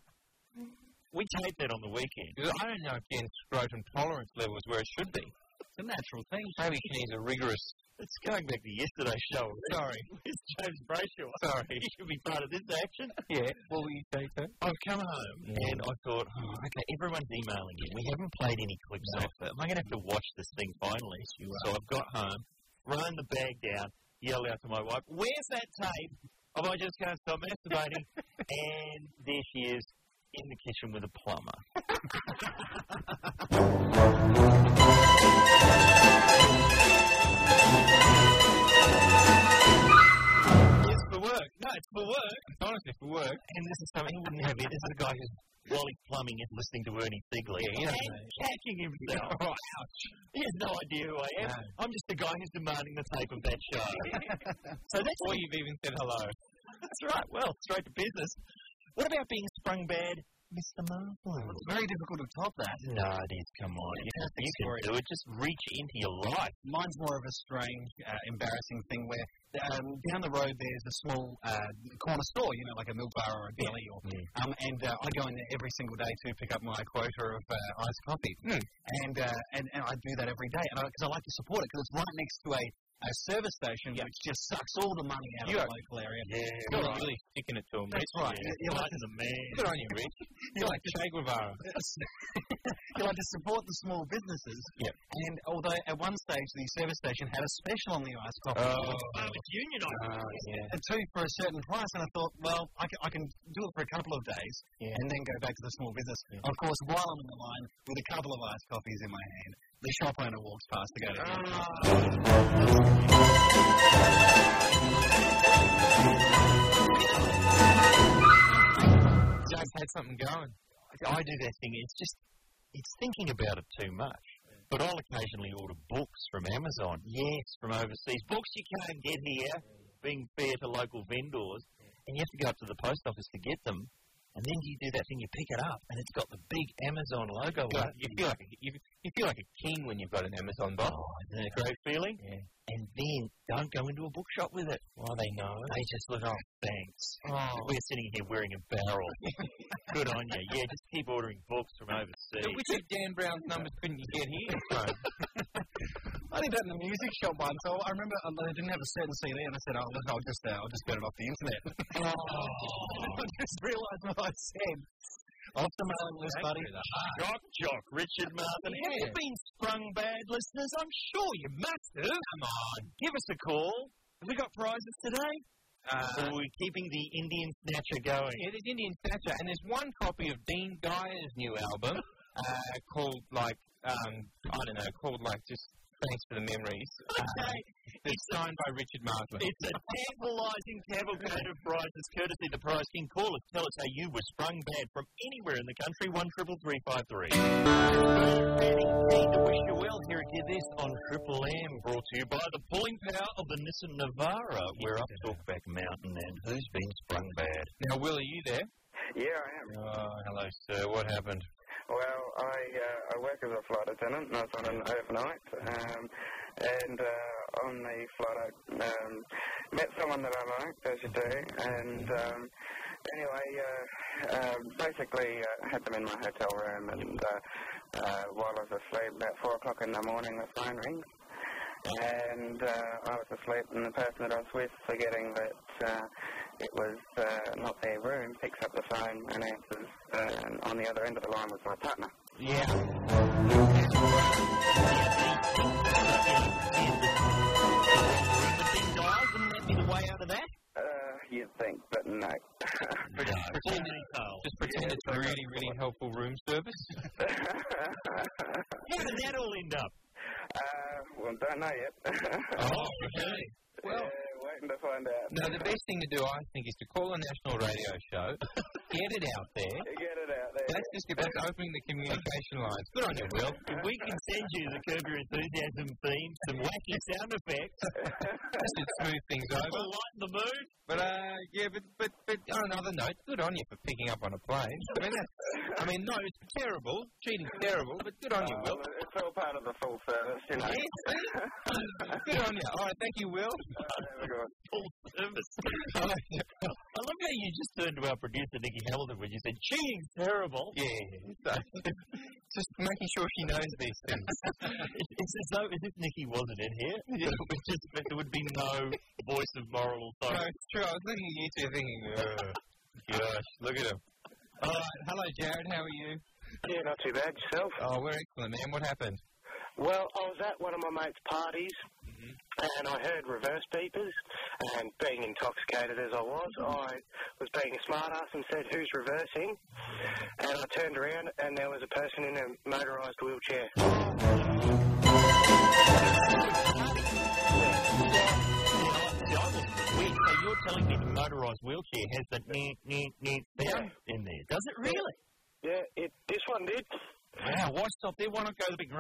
Speaker 1: we taped that on the weekend.
Speaker 2: Because I don't know if Jen's scrotum tolerance level is where it should be.
Speaker 10: It's a natural thing.
Speaker 2: Maybe she needs a rigorous.
Speaker 1: It's going back to yesterday's show. already.
Speaker 2: Sorry.
Speaker 1: It's James Brayshaw. Sorry. You should be part of this action.
Speaker 2: Yeah. What will you say, sir?
Speaker 1: I've come home and I thought, oh, okay, everyone's emailing in. We haven't played any clips off it. Am I going to have to watch this thing finally? So I've got home, thrown the bag down, yelled out to my wife, where's that tape? Oh, I just can't stop masturbating. and there she is in the kitchen with a plumber. It's for work. No, it's for work.
Speaker 2: It's honestly for work.
Speaker 1: And this is something he wouldn't have it. This is a guy who's while he's plumbing is listening to Ernie Sigley.
Speaker 2: Yeah, you know.
Speaker 1: and catching himself. He has no idea who I am. I'm just the guy who's demanding the tape of that show. so that's
Speaker 2: Before you've even said hello.
Speaker 1: that's right. Well, straight to business. What about being sprung bad, Mr. Marvel?
Speaker 10: It's very difficult to top that.
Speaker 1: No, it is. Come on, you, you can do it. Just reach into your life.
Speaker 10: Mine's more of a strange, uh, embarrassing thing where um, down the road there's a small uh, corner store, you know, like a milk bar or a deli, or um, and uh, I go in there every single day to pick up my quota of uh, iced coffee, and, uh, and and I do that every day, and because I, like to support it, because it's right next to a, a service station, which just sucks all the money out
Speaker 2: You
Speaker 10: of
Speaker 2: are-
Speaker 10: the local area.
Speaker 1: Yeah,
Speaker 2: You're really sticking it to him.
Speaker 10: That's right.
Speaker 1: Yeah,
Speaker 10: You're like,
Speaker 1: the man.
Speaker 2: Good on you, Rich. You're like Che Guevara.
Speaker 10: you like to support the small businesses.
Speaker 2: Yep.
Speaker 10: And although at one stage the service station had a special on the iced coffee,
Speaker 1: Union,
Speaker 10: a
Speaker 2: yeah.
Speaker 10: two for a certain price, and I thought, well, I can, I can do it for a couple of days
Speaker 2: Yeah.
Speaker 10: and then go back to the small business. Of course, while I'm on the line with a couple of iced coffees in my hand, the shop owner walks past to go to the
Speaker 2: Jack had something going.
Speaker 1: I do that thing. It's just it's thinking about it too much. But I'll occasionally order books from Amazon. Yes, from overseas. Books you can't get here. Being fair to local vendors, and you have to go up to the post office to get them. And then you do that thing. You pick it up, and it's got the big Amazon logo
Speaker 2: You,
Speaker 1: on it.
Speaker 2: you feel like a, you, you feel like a king when you've got an Amazon box.
Speaker 1: Oh, Isn't that a great feeling?
Speaker 2: Yeah.
Speaker 1: And then don't go into a bookshop with it.
Speaker 2: Well, they know.
Speaker 1: They Oh. just look, oh, thanks. We're sitting here wearing a barrel. Good on you. Yeah, just keep ordering books from overseas.
Speaker 2: Which of Dan Brown's numbers couldn't you get here?
Speaker 10: I did that in the music shop once. So I remember I I didn't have a certain CD, and I said, "Oh, look, I'll just, uh, I'll just get it off the internet."
Speaker 2: Oh.
Speaker 10: I just realised what I said. Off the mailing list, buddy.
Speaker 1: Jock Jock, Richard Martin. Have you been sprung bad, listeners? I'm sure you must have. Come on. Give us a call. Have we got prizes today?
Speaker 2: Uh,
Speaker 1: or we're keeping the Indian Snatcher going.
Speaker 2: yeah, there's Indian Thatcher, and there's one copy of Dean Dyer's new album uh, called like um, I don't know, called like just Thanks for the Memories. Okay. it's signed by Richard Marsman.
Speaker 1: It's a tantalising cavalcade of prizes, courtesy the Prize King. Call us, tell us how you were sprung bad from anywhere in the country. One triple three five three. To wish you well here at Get This on Triple M, brought to you by the pulling power of the Nissan Navara. We're up Talkback Mountain, and who's been sprung bad?
Speaker 2: Now, Will, are you there?
Speaker 9: Yeah, I am.
Speaker 2: Oh, hello, sir. What happened?
Speaker 9: Well, I uh, I work as a flight attendant, and I was on an overnight, um, and uh, on the flight I um, met someone that I liked, as you do, and um, anyway, uh, uh, basically uh, had them in my hotel room, and uh, uh, while I was asleep, about four o'clock in the morning, the phone rings, and uh, I was asleep, and the person that I was with, forgetting that uh, it was uh, not their room, picks up the phone and answers, uh, and on the other end of the line was my partner. Uh, you'd think, but no.
Speaker 2: Just pretend it's a really, really helpful room service.
Speaker 9: uh,
Speaker 1: How did that all end up?
Speaker 9: well, don't know yet.
Speaker 2: Oh, okay.
Speaker 9: well, waiting to find out.
Speaker 2: No, the best thing to do, I think, is to call a national radio show, get it out there.
Speaker 9: Get it out there.
Speaker 2: That's just that's opening the communication lines. Good on you, Will.
Speaker 1: If we can send you the Curb Your Enthusiasm theme, some wacky sound effects,
Speaker 2: That should smooth things
Speaker 1: to
Speaker 2: over.
Speaker 1: lighten the mood.
Speaker 2: But uh, yeah, but but but on another note, good on you for picking up on a plane. I mean, that's, I mean, no, it's terrible, cheating's terrible, but good on you,
Speaker 9: Oh,
Speaker 2: Will.
Speaker 9: well, it's all part of the full service, you know.
Speaker 2: Good on you. All right, thank you, Will.
Speaker 11: Oh,
Speaker 9: Have a good one.
Speaker 1: full service. I love how you just turned to our producer, Nikki Hamilton, when you said, cheating's terrible.
Speaker 2: Yeah, so, just making sure she knows these things.
Speaker 1: It's as though, as if Nikki wasn't in here, it would just, but there would be no voice of moral
Speaker 2: No,
Speaker 1: authority.
Speaker 2: it's true. I was looking at you two thinking, uh, gosh, look at him. All right, hello, Jared. How are you?
Speaker 11: Yeah, not too bad. Yourself?
Speaker 2: Oh, we're excellent, man. What happened?
Speaker 11: Well, I was at one of my mates' parties,
Speaker 2: Mm-hmm.
Speaker 11: and I heard reverse beepers. And being intoxicated as I was, I was being a smartass and said, "Who's reversing?" And I turned around, and there was a person in a motorised wheelchair.
Speaker 1: See, I wasn't aware. So you're telling me the motorised wheelchair has the nee, nee, nee sound in there. Does it really?
Speaker 11: Yeah, it. This one did.
Speaker 1: Wow, why stop there? Why not go the big...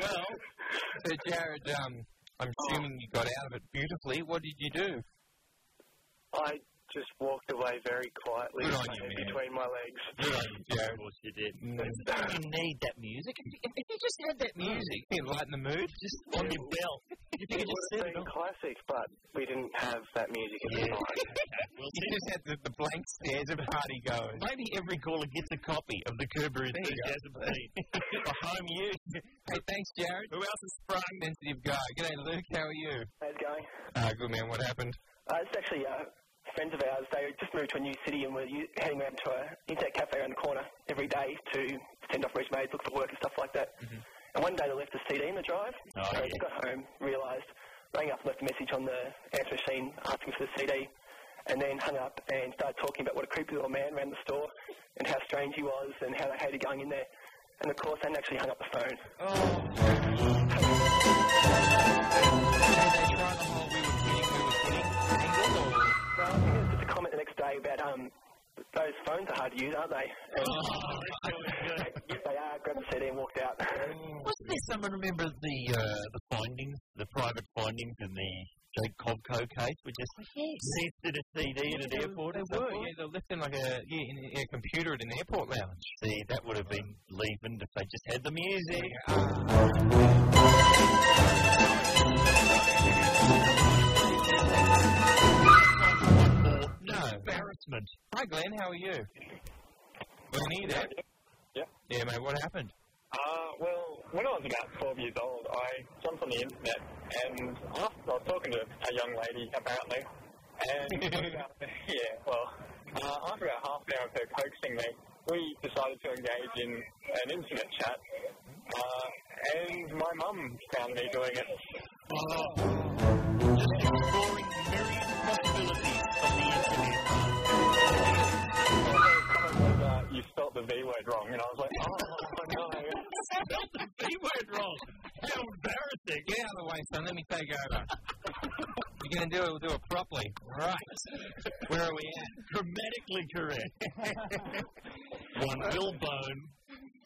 Speaker 2: Well, so Jared, um, I'm assuming you got out of it beautifully. What did you do?
Speaker 11: I just walked away very quietly
Speaker 2: Good on you,
Speaker 11: in
Speaker 2: man.
Speaker 11: between my legs.
Speaker 1: Of course you did.
Speaker 2: Mm.
Speaker 1: You need that music. If you just had that music
Speaker 2: You lighten the mood. Just
Speaker 1: on your belt, you think
Speaker 11: It
Speaker 1: you
Speaker 11: would have
Speaker 1: just set it
Speaker 11: been
Speaker 1: on.
Speaker 11: classic, but we didn't have that music at the time.
Speaker 2: you just had the, the blank stares of party goers.
Speaker 1: Maybe every caller gets a copy of the Kerber enthusiasm theme. For home use.
Speaker 2: Hey, thanks, Jared. Who else is sprung? Sensitive guy. G'day, Luke. How are you?
Speaker 11: How's it going?
Speaker 2: Uh, good man. What happened?
Speaker 11: Uh, it's actually uh, friends of ours. They just moved to a new city and were u- heading around to a internet cafe around the corner every day to send off resumes, look for work and stuff like that.
Speaker 2: Mm-hmm.
Speaker 11: And one day they left a CD in the drive.
Speaker 1: Oh,
Speaker 11: so
Speaker 1: yeah.
Speaker 11: they got home, realised, rang up, left a message on the answer machine asking for the CD, and then hung up and started talking about what a creepy little man ran the store and how strange he was and how they hated going in there. And of course, they actually hung up the phone.
Speaker 2: Hey, they tried the whole we were kidding, we were kidding angle, or
Speaker 11: So I think it was just a comment the next day about um, those phones are hard to use, aren't they?
Speaker 2: Oh,
Speaker 11: Yes, they are. Grabbed the CD and walked out.
Speaker 1: Wasn't there someone remember the uh, the findings, the private findings in the Jake Cobco case, which is censored a CD at an airport?
Speaker 2: They
Speaker 1: or something?
Speaker 2: were, yeah, they're lifting like a yeah, in a, in a computer at an airport lounge.
Speaker 1: See, that would have been leaving if they just had the music.
Speaker 2: No.
Speaker 1: Embarrassment.
Speaker 2: Hi, Glenn. How are you? Glenn, are you there?
Speaker 11: Yeah.
Speaker 2: Yeah, mate. What happened?
Speaker 12: Uh, well, when I was about 12 years old, I jumped on the internet and asked, I was talking to a young lady, apparently, and about, yeah, well, uh, after about half an hour of her coaxing me, we decided to engage in an internet chat, uh, and my mum found me doing it. Uh, you spelt the V word wrong, and I was like, oh, no.
Speaker 1: spelled the V word wrong. How embarrassing.
Speaker 2: Get out of the way, son. Let me take over. You're going to do it, we'll do it properly. Right. Where are we at?
Speaker 1: Grammatically correct. One will bone,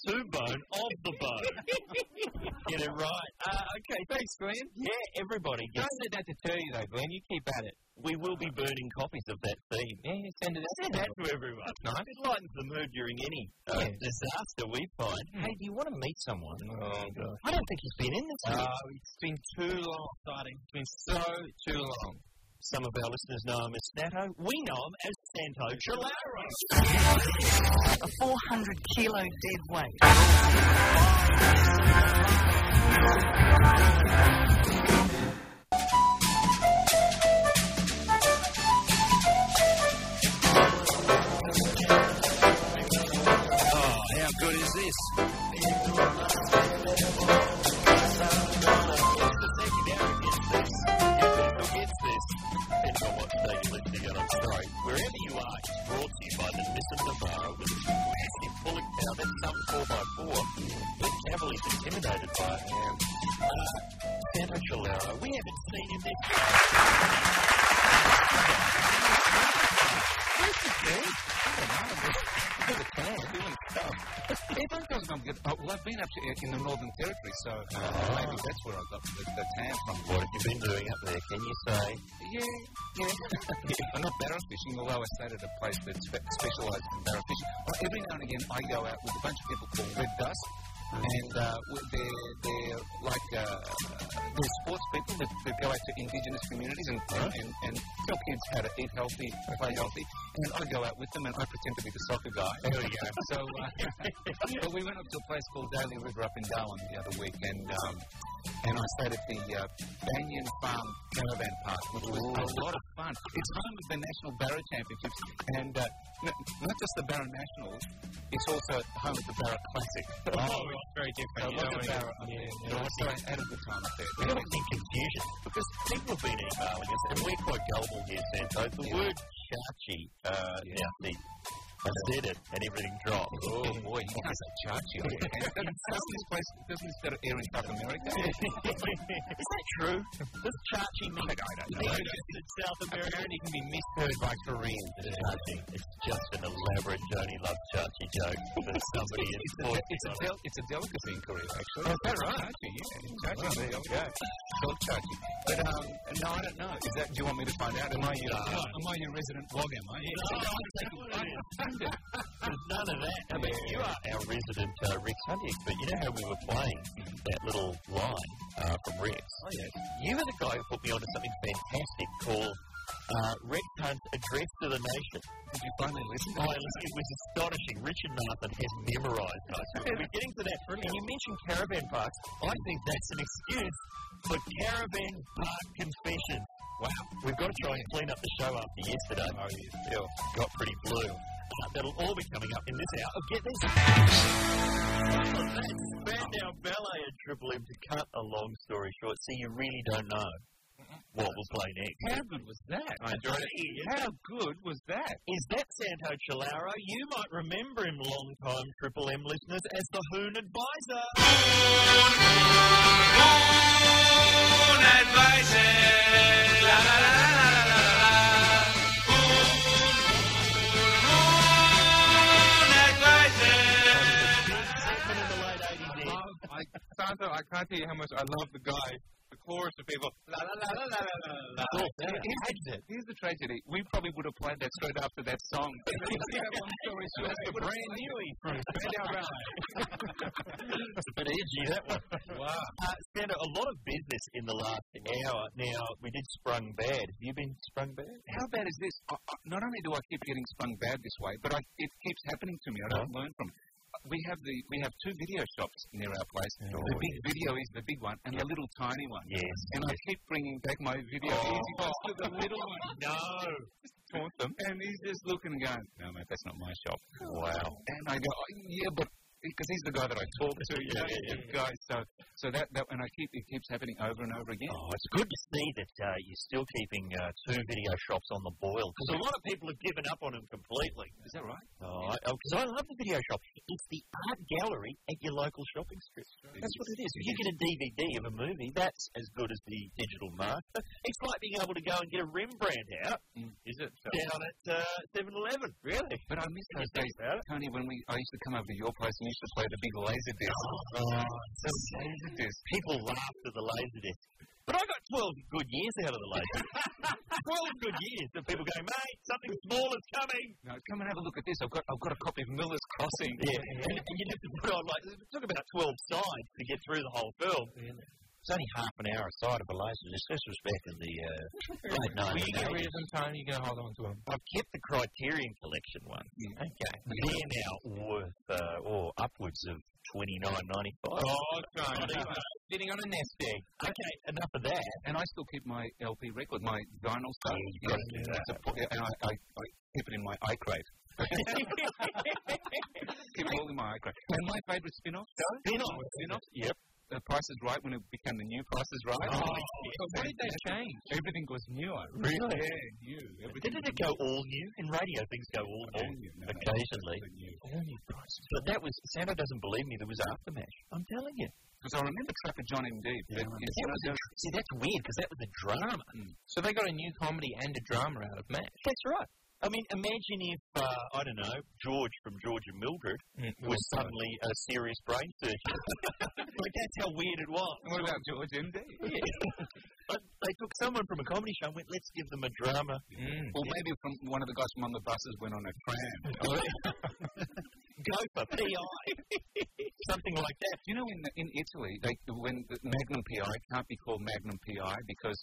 Speaker 1: two bone, of the bone. Get it right.
Speaker 2: Uh, okay, thanks, Glenn.
Speaker 1: Yeah, everybody
Speaker 2: Don't
Speaker 1: gets
Speaker 2: let that deter you, though, Glenn. You keep at it.
Speaker 1: We will be burning copies of that theme.
Speaker 2: Yeah, you send it
Speaker 1: Send
Speaker 2: out.
Speaker 1: that to everyone.
Speaker 2: Nice.
Speaker 1: It lightens the mood during any uh,
Speaker 2: Yeah.
Speaker 1: disaster we find. Hey, do you want to meet someone? Oh, God. Oh, I don't think he's been in this
Speaker 2: Uh,
Speaker 1: yet.
Speaker 2: it's been too long, exciting. It's been so too long.
Speaker 1: Some of our listeners know him as Santo. We know him as Santo Chilaro.
Speaker 3: A 400 kilo dead weight.
Speaker 1: Oh, how good is this? Sorry, wherever you are, it's brought to you by the Nissan Navara with its massive pulling power that's some 4x4. But Cavill is intimidated by it. Uh, Santo Chilero, we haven't seen him this
Speaker 4: Everyone goes, I'm good. Oh, well, I've been up to, in the Northern Territory, so uh, maybe that's where I got the, the tan from.
Speaker 1: What have you been doing up there? Can you say?
Speaker 4: Yeah, yeah. I'm not barrel fishing, although I stayed at a place that spe- specialised in barrel fishing. Well, every now and again, I go out with a bunch of people called Red Dust, and uh, we- they're, they're like uh, they're sports people that, that go out to indigenous communities and, and, and tell kids how to eat healthy, play healthy. And I go out with them, and I pretend to be the soccer guy. There we go. So, uh, but we went up to a place called Daly River up in Darwin the other week, and um, and I stayed at the uh, Banyan Farm Caravan Park, which was a
Speaker 2: Oh.
Speaker 4: lot of fun. It's home of the National Barra Championships, and uh, n- not just the Barra Nationals, it's also home of the Barra Classic.
Speaker 2: Oh, it's very
Speaker 4: So
Speaker 2: different.
Speaker 4: lots of
Speaker 2: yeah,
Speaker 4: Barra up there. So I had a good time up there.
Speaker 1: We don't need confusion because people have been emailing us, and we're quite gullible here, Santo. The
Speaker 4: Yeah.
Speaker 1: word chachi, uh,
Speaker 4: Yeah.
Speaker 1: now see, I said it, and everything dropped.
Speaker 4: Oh boy, you guys are charged. doesn't this place, doesn't this go to air in South America?
Speaker 1: Is that true? Does chachi mean I don't know. in South America? Apparently, can be misheard by Koreans. Chachi. It's just an elaborate Johnny loves chachi joke that somebody is
Speaker 4: It's a, del- it's a delicacy in Korea, actually. Oh, that's right. Chachi, yeah. Chachi, there you go. Called chachi. But, um, no, I don't know. Is that, do you want me to find out? Am I your, am I your resident vlog, am I?
Speaker 1: There's none of that. I mean, you are our resident uh, Rex Honey expert. You know how we were playing that little line uh, from Rex? Oh, yeah. You were the guy who put me onto something fantastic called uh, Rex Hunt's Address to the Nation.
Speaker 4: Did you finally listen?
Speaker 1: Oh, it was astonishing. Richard Martin has memorised us. We're getting to that. And you mentioned caravan parks. I think that's an excuse for caravan park confessions. Wow. We've got to try and clean up the show after yesterday. Oh, yes. got pretty blue. Uh, that'll all be coming up in this hour. Oh, get this. Found our ballet at Triple M to cut a long story short. See, you really don't know what we'll play next.
Speaker 2: How good was that? I enjoyed it. How good was that?
Speaker 1: Is that Santo Chilaro? You might remember him, long-time Triple M listeners, as the Hoon Advisor. Segment in the late 80s, Ed.
Speaker 2: love, I, Santo, Oh, I can't tell you how much I love the guy, the chorus of people. La la la la la la la. la.
Speaker 4: Here's, the- here's the tragedy. We probably would have played that straight after that song.
Speaker 1: brand new from it's a bit edgy, that one. Wow. Uh, Sandra, a lot of business in the last hour. Now, we did Sprung Bad. Have you been Sprung Bad?
Speaker 4: How bad is Uh, this? I, I, not only do I keep getting spun bad this way, but I, it keeps happening to me. I don't learn from it. we have the we have two video shops near our place. the big video is the big one, and the little tiny one.
Speaker 1: Oh, Yes.
Speaker 4: And I keep bringing back my video
Speaker 2: Oh.
Speaker 4: easy ones to the little one.
Speaker 2: No.
Speaker 4: Taunt them, and he's just looking and going, "No, mate, that's not my shop."
Speaker 1: Wow.
Speaker 4: And I go, oh, "Yeah, but." Because he's the guy that I talk to, you know,
Speaker 1: yeah,
Speaker 4: the guy. So, so that, that, and I keep it keeps happening over and over again.
Speaker 1: Oh, it's good to see that uh, you're still keeping uh, two video shops on the boil because a lot of people have given up on them completely.
Speaker 4: Is that right?
Speaker 1: Because oh, 'cause I love the video shop. It's the art gallery at your local shopping strip. That's what it is. If you get a DVD of a movie, that's as good as the digital master. It's like being able to go and get a Rembrandt out
Speaker 4: Is it?
Speaker 1: down at uh, 7-Eleven. Really?
Speaker 4: But I miss those
Speaker 1: Think
Speaker 4: days.
Speaker 1: about it.
Speaker 4: Tony, when we I used to come over to your place and you used to play the big laser disc. so laser disc.
Speaker 1: People laughed at the Laserdisc. But I got 12 good years out of the Laserdisc. 12 good years of people going, mate, something small is coming.
Speaker 4: No, come and have a look at this. I've got I've got a copy of Miller's Crossing.
Speaker 1: Yeah, and, and you have to put on like it took about twelve sides to get through the whole film. It's only half an hour a side of a laser. This was back in the uh,
Speaker 2: Will
Speaker 1: late
Speaker 2: you get rid of
Speaker 1: nineties.
Speaker 2: them, Tony? You're going to hold on to them.
Speaker 1: I've kept the Criterion collection one. Okay, they're now worth uh, oh, upwards of twenty nine ninety five.
Speaker 2: Oh, Tony. Sitting on a nest egg.
Speaker 1: Okay, enough of that.
Speaker 4: And I still keep my LP record, my vinyl stuff.
Speaker 1: Yeah, you've got to do that.
Speaker 4: It's a po- yeah, and I, I, I keep it in my i crate. keep it all in my i crate. And my favourite spin-off,
Speaker 1: Spin-off.
Speaker 4: spin-off,
Speaker 1: Yep.
Speaker 4: The Price is Right when it became the new Price is Right.
Speaker 1: Oh,
Speaker 4: God, what did they change? Everything was newer.
Speaker 1: Really?
Speaker 4: Yeah, new. Everything
Speaker 1: Didn't it go all new? In radio, things go all new.
Speaker 4: all new. No, no,
Speaker 1: Occasionally.
Speaker 4: everything new.
Speaker 1: But that was, Santa doesn't believe me, there was aftermath. I'm telling you.
Speaker 4: Because I remember Trapper John MD.
Speaker 1: That
Speaker 4: But, yes, I
Speaker 1: was a,
Speaker 4: don't-
Speaker 1: see, that's weird because that was a drama.
Speaker 2: So they got a new comedy and a drama out of Matt.
Speaker 1: That's right. I mean, imagine if, uh, I don't know, George from Mm, George and Mildred was suddenly a serious brain surgeon. like, that's how weird it was.
Speaker 4: And what about George MD?
Speaker 1: But they took someone from a comedy show and went, let's give them a drama.
Speaker 4: Or maybe from one of the guys from on the buses went on a tram.
Speaker 1: Go for PI. Something like that.
Speaker 4: Do you know in, in Italy, they, when the Magnum PI can't be called Magnum PI because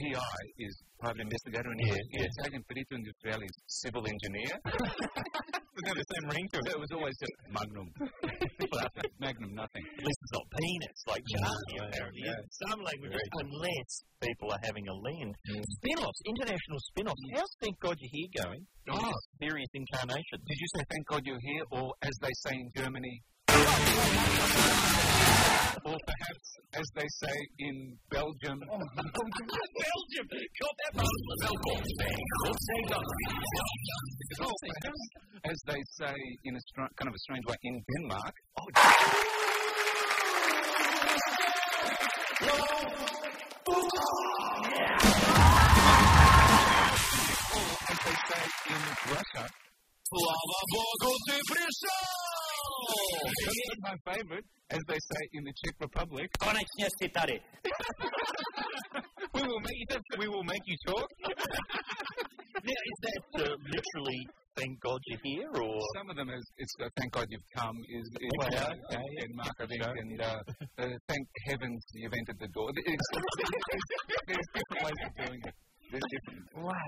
Speaker 4: PI is private investigator and yeah, in Italian Perito Industriale is civil engineer. It's got the same ring to it. It was always just Magnum. Magnum nothing.
Speaker 1: This is not penis, like Charlie, apparently.
Speaker 4: yeah.
Speaker 1: in Some languages, unless people are having a land. Spin offs, international spin offs. How's Thank God You're Here going?
Speaker 4: Oh.
Speaker 1: Serious incarnation.
Speaker 4: Did you say thank God you're here or as they say in Germany? or perhaps as they say in Belgium?
Speaker 1: Belgium! Got that one. Welcome. Thank God.
Speaker 4: or perhaps as they say in a str- kind of a strange way in Denmark?
Speaker 1: Oh,
Speaker 4: Oh, as they say in Russia. And my favourite, as they say in the Czech Republic,
Speaker 1: Konečně si tady.
Speaker 4: we will make you we will make you talk.
Speaker 1: Now, is that uh, literally thank God you're here, or
Speaker 4: Some of them is it's uh, thank God you've come is, is
Speaker 1: Well,
Speaker 4: uh,
Speaker 1: yeah,
Speaker 4: uh, Denmark I think and uh, uh, thank heavens you've entered the door. It's, there's different ways of doing it. There's different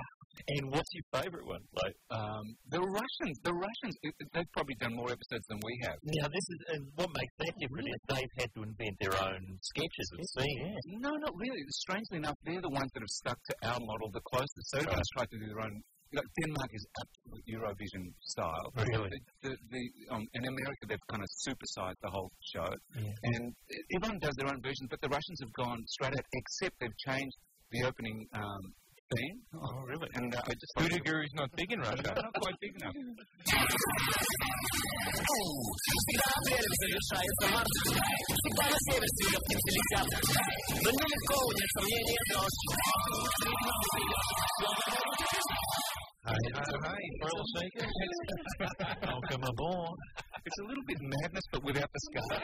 Speaker 1: and what's your favourite one? Like
Speaker 4: um, the Russians the Russians it, it- they've probably done more episodes than we have.
Speaker 1: now, this is and what makes that different is they've had to invent their own sketches of scenes.
Speaker 4: No, not really. Strangely enough, they're the ones that have stuck to our model the closest. So everyone's tried to do their own. Like Denmark is absolute Eurovision style.
Speaker 1: Really?
Speaker 4: The, the, the, um, in America, they've kind of supersized the whole show. And everyone does their own version, but the Russians have gone straight out, except they've changed the opening um, theme. Oh, really? And uh, I just.
Speaker 2: Voodoo Guru's not big in Russia.
Speaker 4: They're not quite big enough.
Speaker 1: Welcome aboard.
Speaker 4: It's a little bit madness, but without the scar.
Speaker 1: And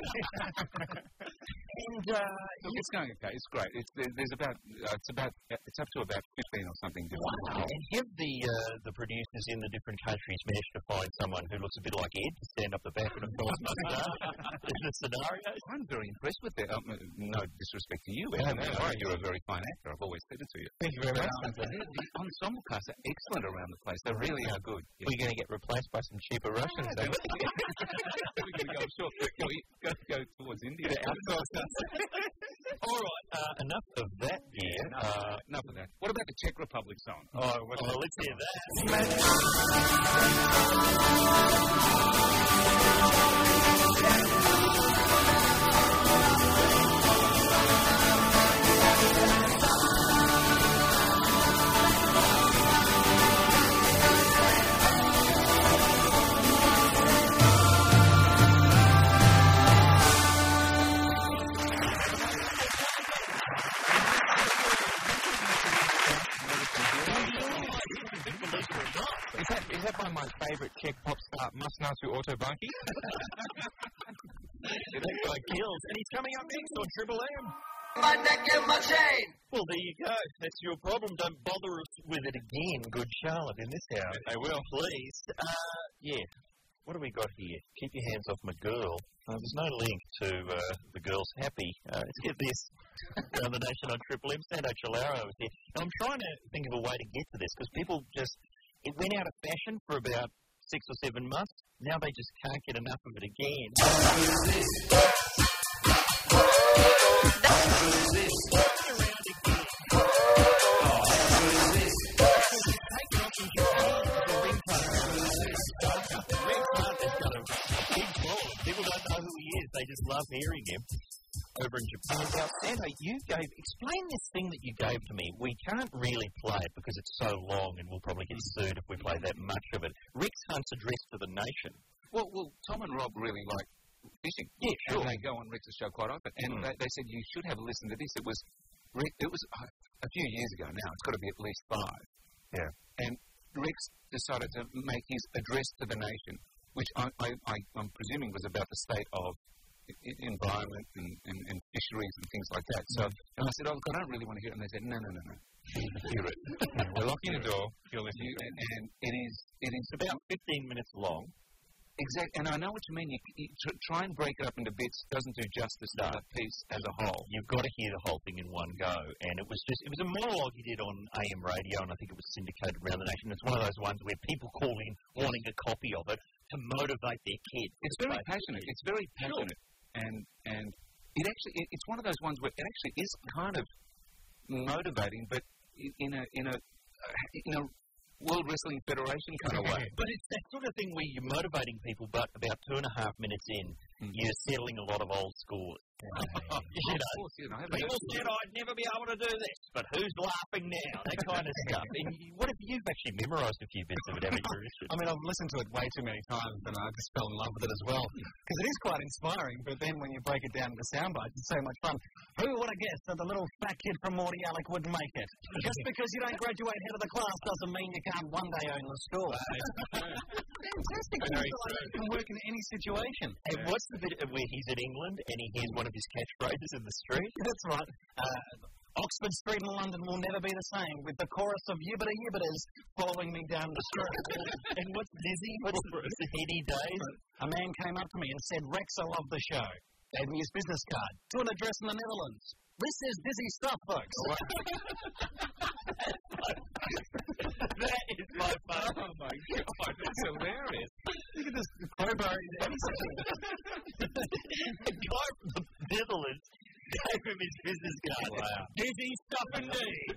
Speaker 4: Look, it's going okay. It's great. It's, there- there's about uh, it's about it's up to about fifteen or something. Wow.
Speaker 1: And have the uh, the producers in the different countries managed to find someone who looks a bit like Ed to stand up the back and applause in the scenario?
Speaker 4: I'm very impressed with that. Um, uh, no disrespect to you,
Speaker 1: No, no,
Speaker 4: Ed. I
Speaker 1: no.
Speaker 4: think You're a very fine actor. I've always said it to you.
Speaker 2: Thank you very
Speaker 4: But,
Speaker 2: much.
Speaker 4: um, the, the ensemble casts are excellent around the place. They really are good. Yeah.
Speaker 2: We're going to get replaced by some cheaper Russians.
Speaker 1: Ah,
Speaker 2: though.
Speaker 4: We're gonna go, sure, go, go, go towards India.
Speaker 1: All right, uh, enough of that. Yeah.
Speaker 4: enough,
Speaker 1: Uh,
Speaker 4: enough of that. What about the Czech Republic song?
Speaker 1: oh, well, let's hear that.
Speaker 2: Is that, is that by my favourite Czech pop star, Masnatu Autobanki?
Speaker 1: That guy kills, and he's coming up next on Triple M.
Speaker 9: My neck and my chain.
Speaker 1: Well, there you go. That's your problem. Don't bother us with it again, good Charlotte, in this hour. I will. Please. Uh, yeah. What do we got here? Keep your hands off my girl. Uh, there's no link to uh, the girl's happy. Uh, let's get this. Around the nation on Triple M. Sando Chilaro is here. Now, I'm trying to think of a way to get to this because people just. It went out of fashion for about six or seven months. Now they just can't get enough of it again. big ball. People don't know who he is. They just love hearing him over in Japan. Now, Santa, you gave explain this thing that you gave to me. We can't really play it because it's so long, and we'll probably get sued if we play that much of it. Rex Hunt's address to the nation.
Speaker 4: Well, well, Tom and Rob really like fishing.
Speaker 1: Yeah, sure.
Speaker 4: And they go on Rex's show quite often, and
Speaker 1: Mm.
Speaker 4: they, they said you should have a listen to this. It was, Rex- it was uh, a few years ago now. It's got to be at least five.
Speaker 1: Yeah.
Speaker 4: And Rex decided to make his address to the nation, which I, I, I I'm presuming was about the state of e- e- environment and, and, and fisheries and things like that. So, and I said, oh, look, I don't really want to hear it. And they said, no, no, no, no. hear it.
Speaker 2: We're locking the door. You're listening.
Speaker 4: You, and, and it is, it is
Speaker 1: It's about 15 minutes long.
Speaker 4: Exactly, and I know what you mean. You, you tr- try and break it up into bits doesn't do justice to the piece as a whole.
Speaker 1: You've got to hear the whole thing in one go. And it was just, it was a monologue he did on AM radio, and I think it was syndicated around the nation. It's one of those ones where people call in wanting a copy of it to motivate their kids.
Speaker 4: It's very
Speaker 1: Right.
Speaker 4: passionate. It's very passionate, and and it actually it, it's one of those ones where it actually is kind of motivating, but in, in a in a uh, in a World Wrestling Federation kind of way.
Speaker 1: But it's that sort of thing where you're motivating people, but about two and a half minutes in,
Speaker 4: Mm.
Speaker 1: you're settling a lot of old scores. you
Speaker 4: Of
Speaker 1: know,
Speaker 4: course, you know, I haven't
Speaker 1: people
Speaker 4: heard-
Speaker 1: said I'd never be able to do this, but who's laughing now? That kind of stuff. And you- what if you've actually memorised a few bits of it, haven't you, Richard?
Speaker 4: I mean, I've listened to it way too many times, and I just fell in love with it as well. Because it is quite inspiring, but then when you break it down into sound bites, it's so much fun. Who would have guessed that the little fat kid from Morty Alec would make it? Just because you don't graduate head of the class doesn't mean you can't one day own the school. Fantastic. You can work in any situation.
Speaker 1: And what's the bit where he's in England and he hears one of his catchphrases in the street?
Speaker 4: That's right. Uh, Oxford Street in London will never be the same with the chorus of yibbity yibbitas following me down the street.
Speaker 1: And what's Lizzie? What's the heady days?
Speaker 4: A man came up to me and said, Rex, I love the show. Gave me his business card to an address in the Netherlands. This is busy stuff, folks.
Speaker 1: That is my favourite.
Speaker 4: Oh my god, that's hilarious. Look at this crowbar in anything.
Speaker 1: the guy from the Netherlands gave him his business card.
Speaker 4: Wow.
Speaker 1: Busy stuff indeed.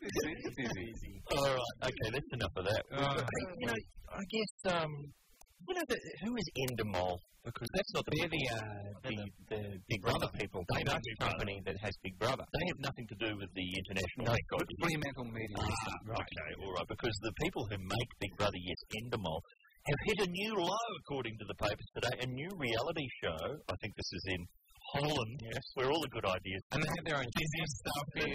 Speaker 4: busy.
Speaker 1: All right, okay, that's enough of that. you know, I guess um, you know the, who is Endemol? Because that's not the they're the, uh, the, the Big Brother people. They are the company that has Big Brother. They have nothing to do with the international. thank God.
Speaker 4: Fremantle media.
Speaker 1: Ah, Okay, all right. Because the people who make Big Brother, yes, Endemol, have hit a new low, according to the papers today. A new reality show. I think this is in Holland, yes. where all the good ideas.
Speaker 2: And they have their own busy stuff here.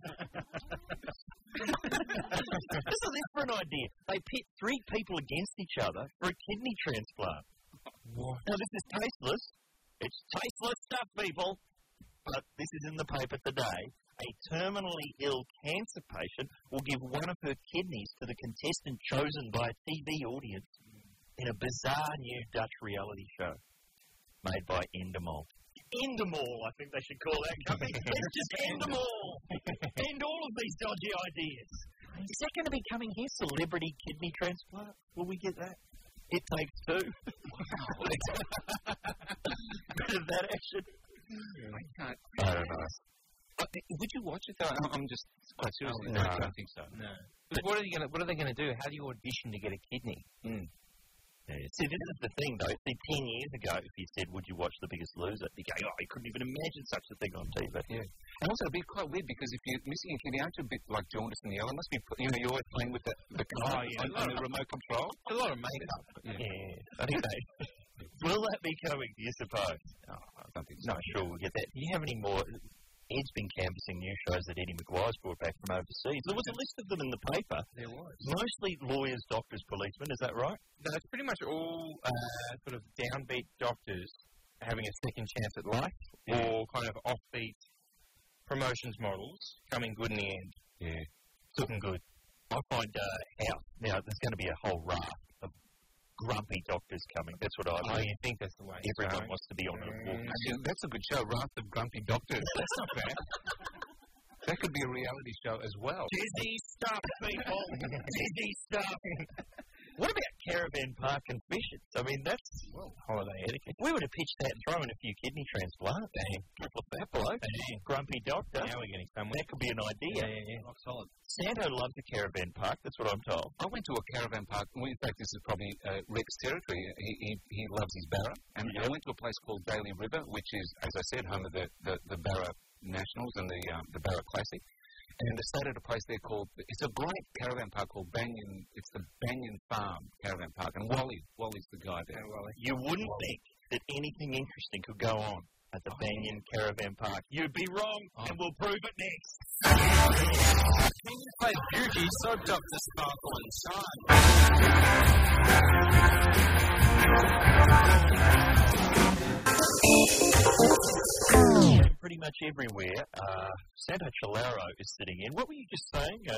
Speaker 1: this is it for an idea. They pit three people against each other for a kidney transplant. Now this is tasteless. It's tasteless stuff, people. But this is in the paper today. A terminally ill cancer patient will give one of her kidneys to the contestant chosen by a TV audience in a bizarre new Dutch reality show made by Endemol.
Speaker 10: Endemol, I think they should call that company. Let's just end them all. End all of these dodgy ideas.
Speaker 1: Is that going to be coming here? Celebrity kidney transplant? Will we get that? It takes two. Bit of that action.
Speaker 4: I Uh, eh,
Speaker 2: can't.
Speaker 1: I don't know.
Speaker 4: Would you watch it though? I'm- I'm just quite seriously.
Speaker 1: no.
Speaker 4: I don't think so. No. What are, you gonna, what are they going to do? How do you audition to get a kidney?
Speaker 1: Yeah. See, this is the thing though. See, ten years ago, if you said, "Would you watch The Biggest Loser?" You'd go, "Oh, I couldn't even imagine such a thing on TV."
Speaker 4: Yeah. And also, it'd be quite weird because if you're missing a kidney, aren't you a bit like jaundice in the other? Must be, put- you know, you're always playing with the, the car
Speaker 2: yeah.
Speaker 4: on, on the remote control.
Speaker 1: Oh,
Speaker 4: A lot of makeup.
Speaker 1: Yeah. Okay. Will that be coming? Do you suppose? No, I don't think so. Not sure we'll get that. Do you have any more? Ed's been canvassing new shows that Eddie McGuire's brought back from overseas. There was a list of them in the paper.
Speaker 4: There was.
Speaker 1: Mostly lawyers, doctors, policemen. Is that right?
Speaker 4: No, it's pretty much all uh, sort of downbeat doctors having a second chance at life, or kind of offbeat promotions models coming good in the end.
Speaker 1: Yeah. It's looking good. I find uh, out now there's going to be a whole raft of grumpy doctors coming. That's what I.
Speaker 4: I
Speaker 1: mean.
Speaker 4: think Oh, that's the way. it's
Speaker 1: Everyone
Speaker 4: going.
Speaker 1: wants to be on the walk.
Speaker 4: Actually, that's a good show, Wrath of Grumpy Doctors. That's not bad. that could be a reality show as well.
Speaker 1: Dizzy stuff, people. Dizzy stuff. What about Caravan Park and Fishes? I mean, that's holiday etiquette. If we were to pitch that and throw in a few kidney transplants, dang, couple of that bloke, grumpy doctor.
Speaker 4: Now we're getting somewhere.
Speaker 1: That could be an idea.
Speaker 2: Rock solid.
Speaker 1: Santo loves a caravan park. That's what I'm told.
Speaker 4: I went to a caravan park. Well, in fact, this is probably uh, Rex's territory. He, he, he loves his barra. And I went to a place called Daly River, which is, as I said, home of the, the, the barra nationals and the um, the barra classic. And I stayed at a place there called. It's a great caravan park called Banyan. It's the Banyan Farm Caravan Park. And Wally, Wally's the guy there.
Speaker 1: You wouldn't think that anything interesting could go on at the Banyan Caravan Park. You'd be wrong, and we'll prove it next.
Speaker 10: Play beauty soaked up the sparkle and shine.
Speaker 1: Pretty much everywhere, uh, Santo Chilaro is sitting in. What were you just saying? Uh,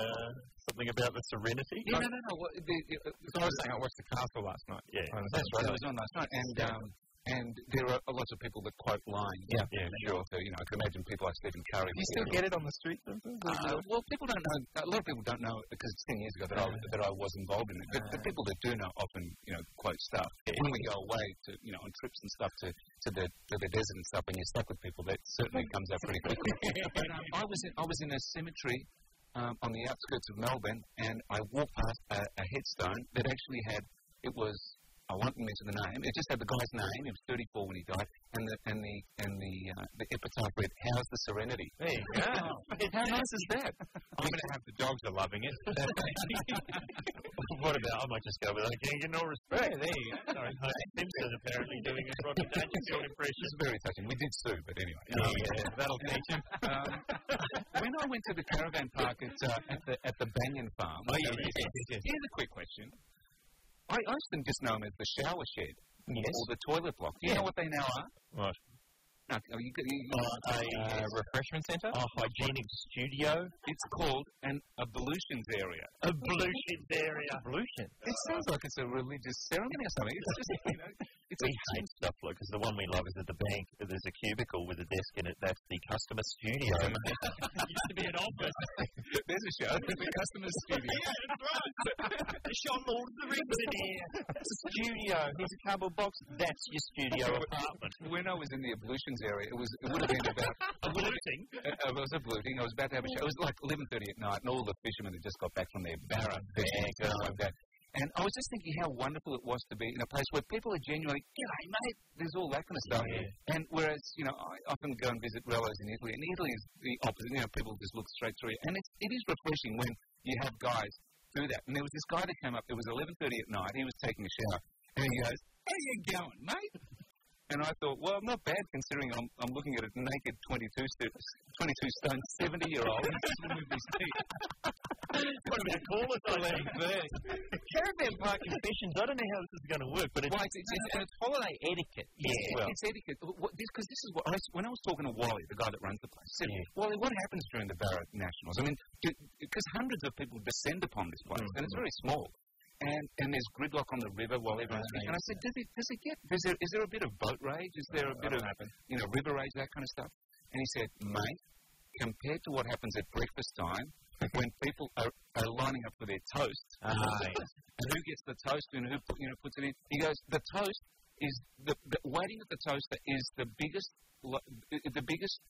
Speaker 1: something about the serenity?
Speaker 4: No, no, no, no. What, the, the, as I was saying, I watched the castle last night.
Speaker 1: Yeah,
Speaker 4: Um,
Speaker 1: that's
Speaker 4: so
Speaker 1: right.
Speaker 4: It was on last night, and um, and there are lots of people that quote lines.
Speaker 1: Yeah,
Speaker 4: And also, you know, I can imagine people like Stephen Curry.
Speaker 1: Do you still get it on the street sometimes?
Speaker 4: Uh,
Speaker 2: Uh-huh.
Speaker 4: well, people don't know. A lot of people don't know because it's ten years ago that I that I was involved in it. But the people that do know often, you know, quote stuff. When we go away to, you know, on trips and stuff to, to the to the desert and stuff, and you're stuck with people, that certainly comes out pretty quickly. but, um, I was in, I was in a cemetery um, on the outskirts of Melbourne, and I walked past a, a headstone that actually had it was. I won't mention the name. It just had the guy's name. He was 34 when he died, and the and the and the uh, the epitaph read, "How's the serenity?"
Speaker 1: There you go.
Speaker 4: How nice is that? I'm going to have the dogs are loving it.
Speaker 1: what about? I might just go with I can't get no respect. there you go. Sorry, Homer Simpson apparently doing his Robert Dangerfield impression.
Speaker 4: It's very touching. We did sue, but anyway.
Speaker 1: Yeah, that'll teach him.
Speaker 4: Oh, Um, when I went to the caravan park at, uh, at the at the Banyan Farm, oh,
Speaker 1: yeah, yes,
Speaker 4: here's a quick question. I, I used to just know them as the shower shed or the toilet block. Do you know what they now are?
Speaker 1: What?
Speaker 4: No, no, you, you, you,
Speaker 1: Uh, a
Speaker 4: uh, refreshment centre.
Speaker 1: a hygienic studio.
Speaker 4: It's called an ablutions area.
Speaker 1: Ablutions area. Ablution.
Speaker 4: It sounds like it's a religious ceremony or something. It's just, you know, it's
Speaker 1: We
Speaker 4: a
Speaker 1: hate stuff like because the one we love is at the bank. There's a cubicle with a desk in it. That's the customer studio.
Speaker 10: Used to be an office.
Speaker 4: There's a show. The customer's studio.
Speaker 10: Sean Lord of the Rings in here.
Speaker 1: studio. Here's a cardboard box. That's your studio apartment.
Speaker 4: When I was in the ablutions area, it was it would have been about abluting. I was abluting. I was about to have a show. It was like eleven thirty at night, and all the fishermen had just got back from their barra fishing and stuff like that. And I was just thinking how wonderful it was to be in a place where people are genuinely, g'day mate, there's all that kind of stuff. And whereas, you know, I often go and visit rellos in Italy, and Italy is the opposite. You know, people just look straight through you. And it's, it is refreshing when you have guys do that. And there was this guy that came up, it was 11.30 at night, he was taking a shower, and he goes, how you going, mate? And I thought, well, not bad considering I'm, I'm looking at a naked 22, st- 22 stone 70 year old.
Speaker 1: What about callers? I think. caravan park confessions. I don't know how this is going to work, but it's,
Speaker 4: Well, it's, it's, it's, and it's holiday etiquette.
Speaker 1: Yeah.
Speaker 4: It's,
Speaker 1: Well.
Speaker 4: it's etiquette. Because this, 'cause this is what I was, when I was talking to Wally, the guy that runs the place, I said, Wally, what happens during the Barrett Nationals? I mean, because hundreds of people descend upon this place, and it's very small. And, and there's gridlock on the river while everyone's And I said, does it, does it get, is there, is there a bit of boat rage? Is there a bit of, you know, river rage, that kind of stuff? And he said, mate, compared to what happens at breakfast time, when people are, are lining up for their toast, and who gets the toast and who put- you know puts it in. He goes, the toast is the, the waiting at the toaster is the biggest lo- the the biggest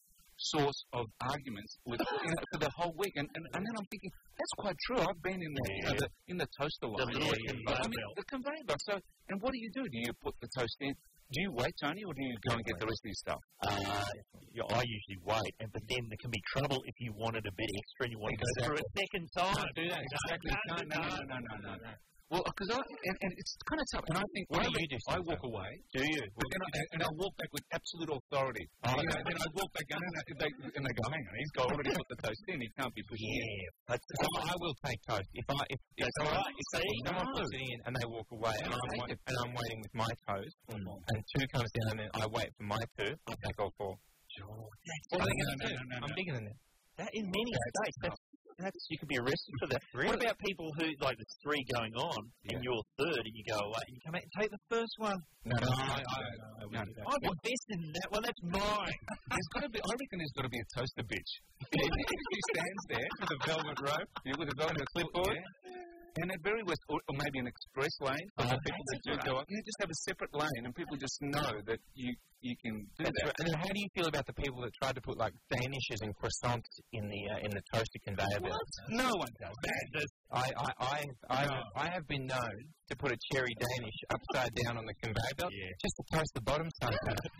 Speaker 4: source of arguments with you know, for the whole week. And, and and then I'm thinking that's quite true. I've been in the, you know, the in the toaster line.
Speaker 1: little
Speaker 4: I
Speaker 1: conveyor
Speaker 4: mean,
Speaker 1: belt.
Speaker 4: the conveyor belt. So and what do you do? Do you put the toast in? Do you wait, Tony, or do you go and get the rest of your stuff?
Speaker 1: uh, you- I usually wait, and but then there can be trouble if you wanted a bit extra and you want to go for a second time.
Speaker 4: Can't do that. Exactly. No, no, no, no, no, no, no. Well, because I and, and it's kind of tough. And I think
Speaker 1: What do
Speaker 4: I
Speaker 1: you
Speaker 4: think I walk away.
Speaker 1: Do you?
Speaker 4: But then I, and I walk back with absolute authority.
Speaker 1: Oh,
Speaker 4: You know,
Speaker 1: okay.
Speaker 4: then I walk back and, I, they, and they go, hang on, he's got already put the toast in. He can't be pushing it.
Speaker 1: But
Speaker 4: So I will take toast. If I if, if
Speaker 1: That's
Speaker 4: someone,
Speaker 1: right,
Speaker 4: if
Speaker 1: see?
Speaker 4: someone- someone
Speaker 1: No.
Speaker 4: puts it in and they walk away and I'm, wait, and I'm waiting with my toast and two comes down and then I wait for my two, I take all four. Sure.
Speaker 1: no,
Speaker 4: no, no, no, I'm bigger than that.
Speaker 1: that in many states, that's, that's you could be arrested for that. What about people who like there's three going on and you're third and you go away and you come out and take the first one?
Speaker 4: No, no, I, I, no, no.
Speaker 1: I'm invested in that one. That's mine.
Speaker 4: There's got to be. I reckon there's got to be a toaster bitch. if she stands there with a velvet rope, you with a velvet clipboard, and at very worst, or, or maybe an express lane for the people that do go up. You just have a separate lane, and people just know that you you can do That's that. right. And then how do you feel about the people that tried to put like danishes and croissants in the uh, in the toaster conveyor belt?
Speaker 1: No one does that.
Speaker 4: I I I, I, I have been known to put a cherry danish upside down on the conveyor belt just to toast the bottom side.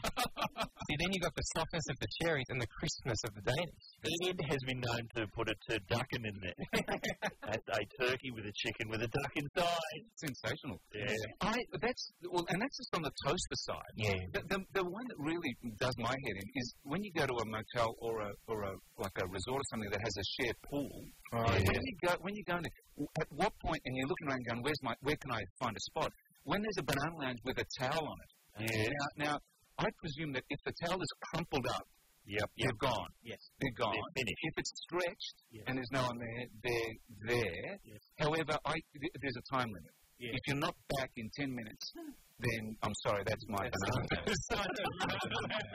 Speaker 4: See, then you got the softness of the cherries and the crispness of the danish.
Speaker 1: Ed has been known to put a turducken in there. that's a turkey with a chicken with a duck inside.
Speaker 4: Sensational.
Speaker 1: Yeah.
Speaker 4: I that's well, and that's just on the toaster side.
Speaker 1: Yeah.
Speaker 4: The, the, the one that really does my head in is when you go to a motel or a or a like a resort or something that has a shared pool.
Speaker 1: Oh,
Speaker 4: When you go when you go in there, at what point and you're looking around going, where's my where can I find a spot? When there's a banana lounge with a towel on it.
Speaker 1: Yeah.
Speaker 4: Now, now I presume that if the towel is crumpled up,
Speaker 1: Yep.
Speaker 4: they're gone.
Speaker 1: Yes.
Speaker 4: They're gone.
Speaker 1: They're finished.
Speaker 4: If it's stretched
Speaker 1: Yeah.
Speaker 4: and there's no one there, they're there.
Speaker 1: Yes.
Speaker 4: However, I, th- there's a time limit.
Speaker 1: Yeah.
Speaker 4: If you're not back in 10 minutes, then I'm sorry, that's my banana.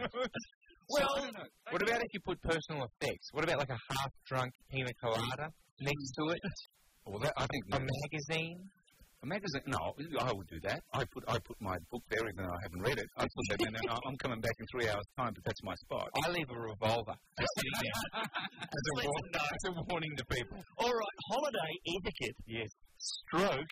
Speaker 4: well, what about if you put personal effects? What about like a half drunk pina colada next to it? Well, that, I think a magazine. A magazine? No, I would do that. I put I put my book there, even though I haven't read it. I put that in, and I- I'm coming back in three hours' time, but that's my spot. I leave a revolver. as a, war- as a warning to people.
Speaker 1: All right, holiday etiquette. Yes. Stroke.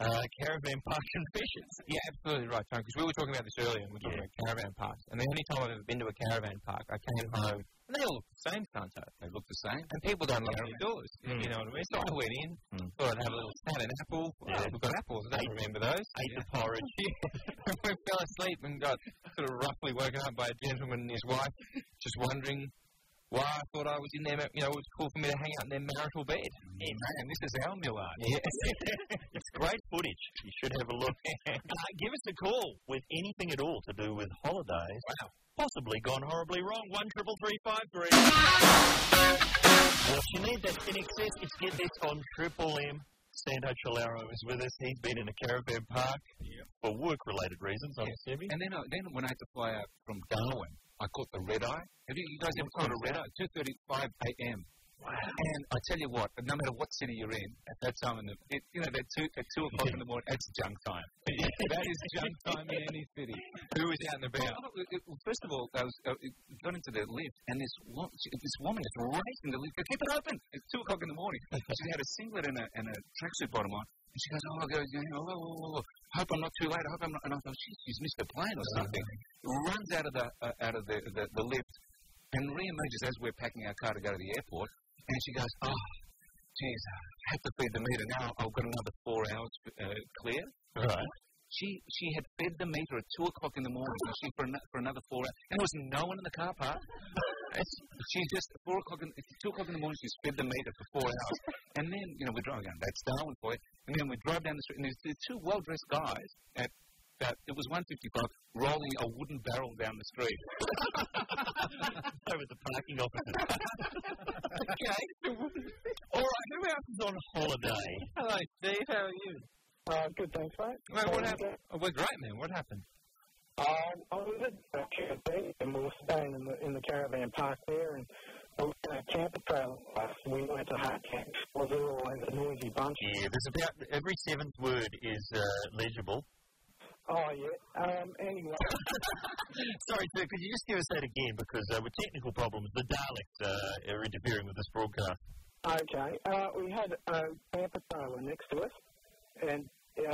Speaker 1: Uh, caravan park confessions.
Speaker 4: Yeah, absolutely right, Tom. Because we were talking about this earlier, and we were talking about caravan parks. And the only time I've ever been to a caravan park, I came home, and they all look the same, Santo. They look the same. And people don't lock their doors.
Speaker 1: Mm.
Speaker 4: You know what I mean? So I went in, thought I'd have a little snack, an apple. Well,
Speaker 1: Yeah.
Speaker 4: We've got apples. I don't remember those.
Speaker 1: Ate the porridge.
Speaker 4: Yeah. we fell asleep and got sort of roughly woken up by a gentleman and his wife, just wondering why I thought I was in their, ma- you know, it was cool for me to hang out in their marital bed. Yeah, man, this is our Millard. Yeah.
Speaker 1: It's great footage. You should have a look. uh, give us a call with anything at all to do with holidays. Wow. Possibly gone horribly wrong. One triple three five three. What you need, that's in excess. It's get this on Triple M. Santo Chilaro is with us. He's been in a caravan park for work-related reasons, I'm assuming.
Speaker 4: And then, I, then when I had to fly out from Darwin, I caught the red eye. Have you, you guys ever caught a red eye? Two thirty-five a.m. Wow. And I tell you what, no matter what city you're in, at that time in the, it, you know, that two at two o'clock in the morning, that's junk time. that is junk time in any city. Who is out and about? first of all, I was uh, it- it got into the lift, and this wo- she- this woman is racing the lift. Go, Keep it open! It's two o'clock in the morning. she had a singlet and a and a tracksuit bottom on. And she goes, oh, I go, you know, whoa, whoa, whoa, whoa. hope I'm not too late. I hope I'm not. And I thought, she's, she's missed a plane or something. Runs out of the uh, out of the, the, the lift and re-emerges as we're packing our car to go to the airport. And she goes, oh, geez, I have to feed the meter now. I've got another four hours uh, clear. Right. She she had fed the meter at two o'clock in the morning. and She for, an, for another four hours, and there was no one in the car park. It's- she's just four o'clock in it's two o'clock in the morning. She's fed the meter for four hours, and then you know we're driving going that's Darwin for you. And then we drive down the street, and there's, there's two well dressed guys at. That it was 155 rolling a wooden barrel down the street.
Speaker 1: Over the parking officer.
Speaker 4: okay.
Speaker 1: All right, who else is on holiday?
Speaker 2: Hello, Steve. How are you?
Speaker 11: Uh, good, thanks, mate.
Speaker 2: Mate, what happened? Oh, we're great, man. What happened?
Speaker 11: Um, I was at a camping, and we were staying in the, in the caravan park there, and we were in a camper trailer last. We went to hot camps. We were always a noisy bunch.
Speaker 1: Yeah, there's about every seventh word is uh, legible.
Speaker 11: Oh, yeah. Um, anyway,
Speaker 1: Sorry, sir, could you just give us that again? Because uh, with technical problems, the Daleks uh, are interfering with this broadcast.
Speaker 11: okay. Uh, we had a camper trailer next to us, and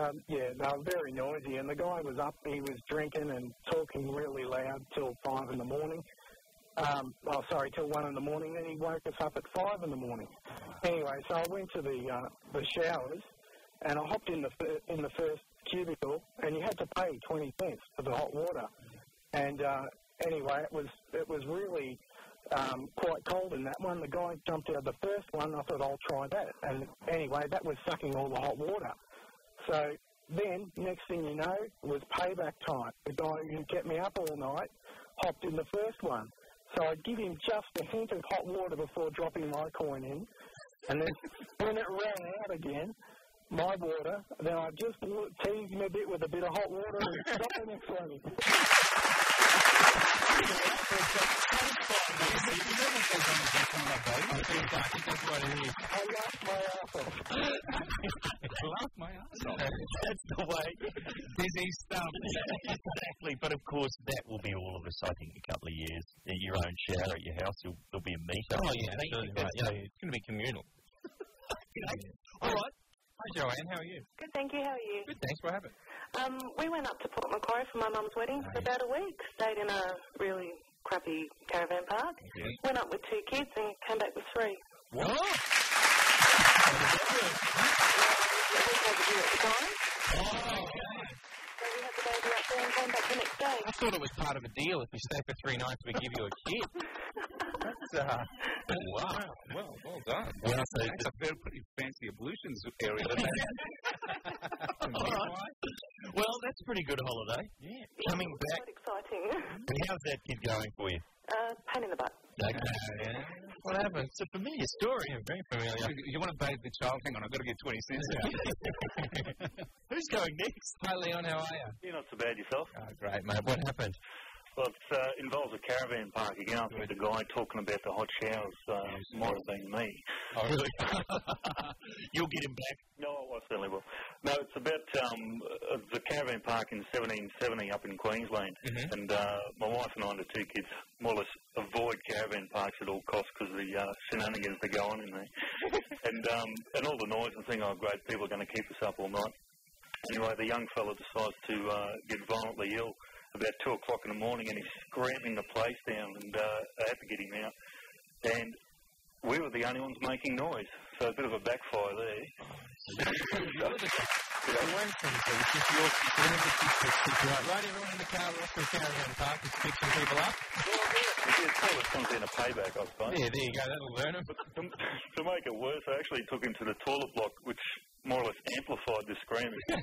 Speaker 11: um, yeah, they were very noisy. And the guy was up. He was drinking and talking really loud till five in the morning. Um, oh, sorry, till one in the morning. Then he woke us up at five in the morning. Anyway, so I went to the uh, the showers, and I hopped in the fir- in the first cubicle, and you had to pay twenty cents for the hot water. And uh, anyway, it was it was really um, quite cold in that one. The guy jumped out of the first one. I thought I'll try that, and anyway, that was sucking all the hot water. So then, next thing you know, it was payback time. The guy who kept me up all night hopped in the first one. So I'd give him just a hint of hot water before dropping my coin in. And then when it ran out again, my water, then I just l- teased him a bit with a bit of hot water and dropped the next one in.
Speaker 2: I think, I think that's what it is.
Speaker 11: I laughed my ass off.
Speaker 2: laughed my ass off.
Speaker 1: That's the way.
Speaker 2: Busy stuff.
Speaker 1: exactly, but of course, that will be all of us, I think, in a couple of years. In your own shower at your house, you'll, there'll be a meet-up.
Speaker 2: Oh, yeah,
Speaker 1: Thank you.
Speaker 2: absolutely right. Yeah, it's going to be communal.
Speaker 1: All right.
Speaker 2: Hi, Joanne. How are you?
Speaker 13: Good, thank you. How are you?
Speaker 2: Good, thanks. What happened?
Speaker 13: Um, we went up to Port Macquarie for my mum's wedding for about a week. Stayed in a really crappy caravan park. Went up with two kids and came back with three.
Speaker 2: What? I thought it was part of a deal. If you stay for three nights, we give you a kid. That's, uh, wow. Well, well done.
Speaker 4: Well, that's a very pretty fancy ablutions area. isn't it?
Speaker 1: All right. Well, that's a pretty good holiday.
Speaker 2: Yeah.
Speaker 1: Coming back.
Speaker 13: Quite exciting.
Speaker 2: Mm-hmm.
Speaker 1: And how's that kid going for you?
Speaker 13: Uh, pain in the butt.
Speaker 1: Okay. What happened? It's a familiar story.
Speaker 2: very familiar.
Speaker 4: You, you want to bathe the child? Hang on, I've got to get 20 cents out.
Speaker 1: Who's going next?
Speaker 2: Hi, Leon. How are you?
Speaker 14: You're not so bad yourself.
Speaker 2: Oh, great, mate. What happened?
Speaker 14: Well, it uh, involves a caravan park again. I think the guy talking about the hot showers uh, might have been me.
Speaker 2: Oh, really?
Speaker 1: You'll get him back.
Speaker 14: No, I certainly will. No, it's about um, uh, the caravan park in 1770 up in Queensland. And uh, my wife and I and the two kids more or less avoid caravan parks at all costs because of the uh, shenanigans that go on in there. and, um, and all the noise and thing, oh, great, people are going to keep us up all night. Anyway, the young fella decides to uh, get violently ill about two o'clock in the morning, and he's screaming the place down, and uh, I had to get him out. And we were the only ones making noise, so a bit of a backfire there.
Speaker 2: Right, right, everyone in the car, we're off to a caravan park. Let's pick some people up.
Speaker 14: It's always comes in a payback, I suppose.
Speaker 2: Yeah, there you go. That'll learn them.
Speaker 14: To, to make it worse, I actually took him to the toilet block, which more or less amplified the screaming.
Speaker 1: Oh,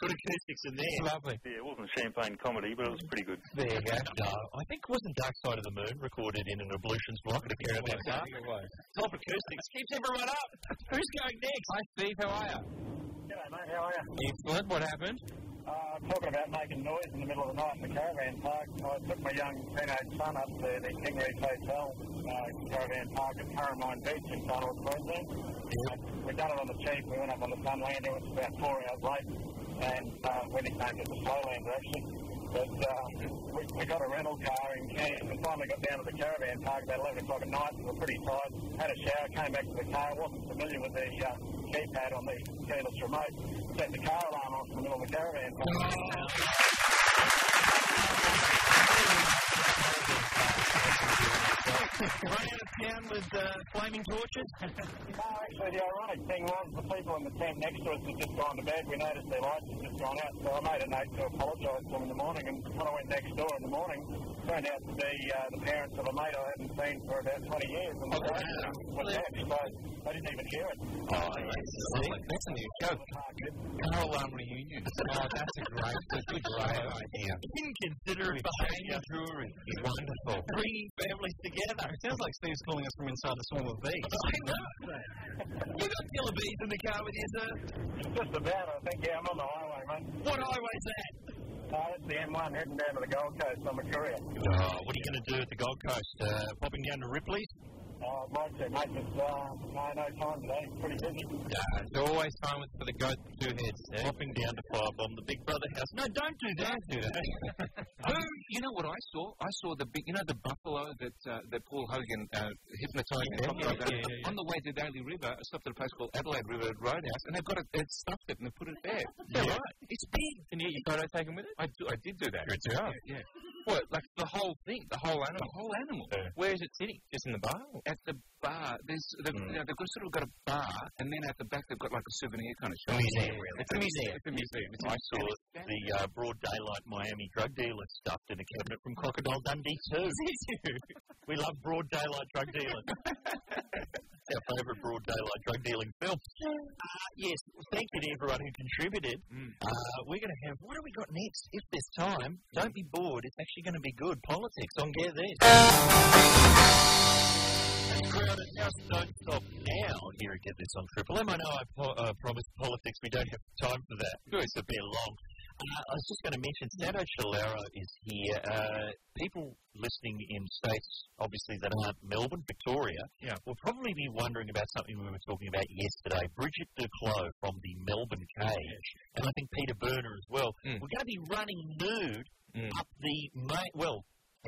Speaker 1: Good acoustics in there.
Speaker 2: Lovely.
Speaker 14: Yeah, it wasn't champagne comedy, but it was pretty good.
Speaker 2: There you go.
Speaker 1: No, I think wasn't Dark Side of the Moon recorded in an ablutions block at a caravan park? Top acoustics keeps everyone up. Who's going next?
Speaker 2: Hi, Steve. How are you?
Speaker 11: G'day, mate. How are you?
Speaker 2: Excellent. What happened?
Speaker 11: Uh, talking about making noise in the middle of the night in the caravan park, I took my young teenage son up to the King Reef Hotel uh, caravan park at Paramount Beach in Far North Queensland. Uh, We done it on the cheap. We went up on the Sunlander, which was about four hours late, and uh, when it came to the Slowlander, actually. But um, we, we got a rental car in Cairns and finally got down to the caravan park about 11 o'clock at night. We were pretty tired, had a shower, came back to the car, wasn't familiar with the uh, keypad on the keyless remote, set the car alarm off in the middle of the caravan park.
Speaker 2: Run out of town with uh, flaming torches?
Speaker 12: No, actually, the ironic thing was the people in the tent next to us had just gone to bed. We noticed their lights had just gone out, so I made a note to apologise to them in the morning. And when I went next door in the morning, turned out to be uh, the parents of a mate I hadn't seen for about 20 years, and the wife was dead, so I didn't even hear it.
Speaker 2: Oh, see, that's a new show. Carol Arm reunion. Oh, that's a great, that's a great idea.
Speaker 1: Inconsiderate behaviour.
Speaker 2: Drury is wonderful.
Speaker 1: Bringing families together.
Speaker 10: It sounds like Steve's calling us from inside the swarm of bees.
Speaker 2: You got killer bees in the car with you, sir?
Speaker 12: Just about, I think, yeah, I'm on the highway, mate.
Speaker 2: What highway's that?
Speaker 12: Uh, it's the M1 heading down to the Gold Coast, I'm a courier.
Speaker 1: Oh, what are you going to do at the Gold Coast? Uh, popping down to Ripley's?
Speaker 12: Uh, might say, mate, it's uh, no, no time today, it's pretty busy.
Speaker 2: Nah, it's always fun with, for the goat with two heads. eh?
Speaker 1: Popping down to Firebomb, the Big Brother house. No, don't do that.
Speaker 2: Don't do that.
Speaker 4: Who, you know what I saw? I saw the big, you know, the buffalo that uh, that Paul Hogan uh, hypnotized. and something like that?
Speaker 2: yeah, yeah,
Speaker 4: On the way to Daly River, I stopped at a place called Adelaide River Roadhouse, and they've got it, they've stuffed it and they put it there.
Speaker 2: Yeah.
Speaker 4: right. It's big.
Speaker 2: Can you get your photo taken with it?
Speaker 4: I, do, I did do that.
Speaker 2: Good
Speaker 10: Oh,
Speaker 2: job.
Speaker 4: Yeah, yeah. What? Like the whole thing, the whole animal, the whole animal.
Speaker 2: Yeah.
Speaker 4: Where is it sitting?
Speaker 2: Just in the bar? or-
Speaker 4: At the bar, there's the,
Speaker 2: Mm.
Speaker 10: Hmm.
Speaker 4: you know, they've got, sort of got a bar, and then at the back they've got like a souvenir kind of
Speaker 2: A
Speaker 4: shop.
Speaker 2: museum, really.
Speaker 4: It's a museum. It's a museum. It's
Speaker 1: I
Speaker 4: an-
Speaker 1: saw the uh, broad daylight Miami drug dealers stuffed in a cabinet from Crocodile Dundee too. We love broad daylight drug dealers. It's our favourite broad daylight drug dealing film. Uh, yes, thank you to everyone who contributed.
Speaker 4: Mm.
Speaker 1: Uh, we're going to have what have we got next? If there's time, don't be bored. It's actually going to be good politics on Get This. Crowded House, don't stop now. Here at Get This on Triple M. I know I po- uh, promised politics. We don't have time for that. It's a bit long. Uh, I was just going to mention, Sado Chalero is here. Uh, people listening in states, obviously, that aren't Melbourne, Victoria,
Speaker 2: Yeah.
Speaker 1: will probably be wondering about something we were talking about yesterday. Bridget Duclos from the Melbourne Cage, and I think Peter Berner as well.
Speaker 2: Mm.
Speaker 1: We're going to be running nude
Speaker 2: Mm.
Speaker 1: up the main, well,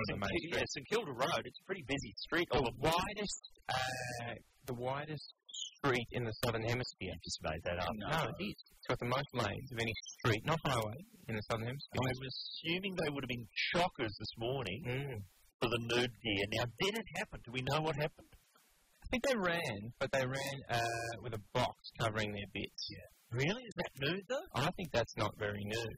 Speaker 1: St.
Speaker 2: main
Speaker 1: Ki- yeah, St Kilda Road. It's a pretty busy street. Oh,
Speaker 2: The widest, uh, the widest street in the southern hemisphere.
Speaker 1: just made that up.
Speaker 2: No, it is. It's got the most lanes of any street, not highway, in the southern
Speaker 1: I'm
Speaker 2: hemisphere.
Speaker 1: assuming they would have been shockers this morning
Speaker 2: Mm.
Speaker 1: for the nude gear. Now, did it happen? Do we know what happened?
Speaker 2: I think they ran, but they ran uh, with a box covering their bits.
Speaker 1: Really? Is that nude though?
Speaker 2: I think that's not very new.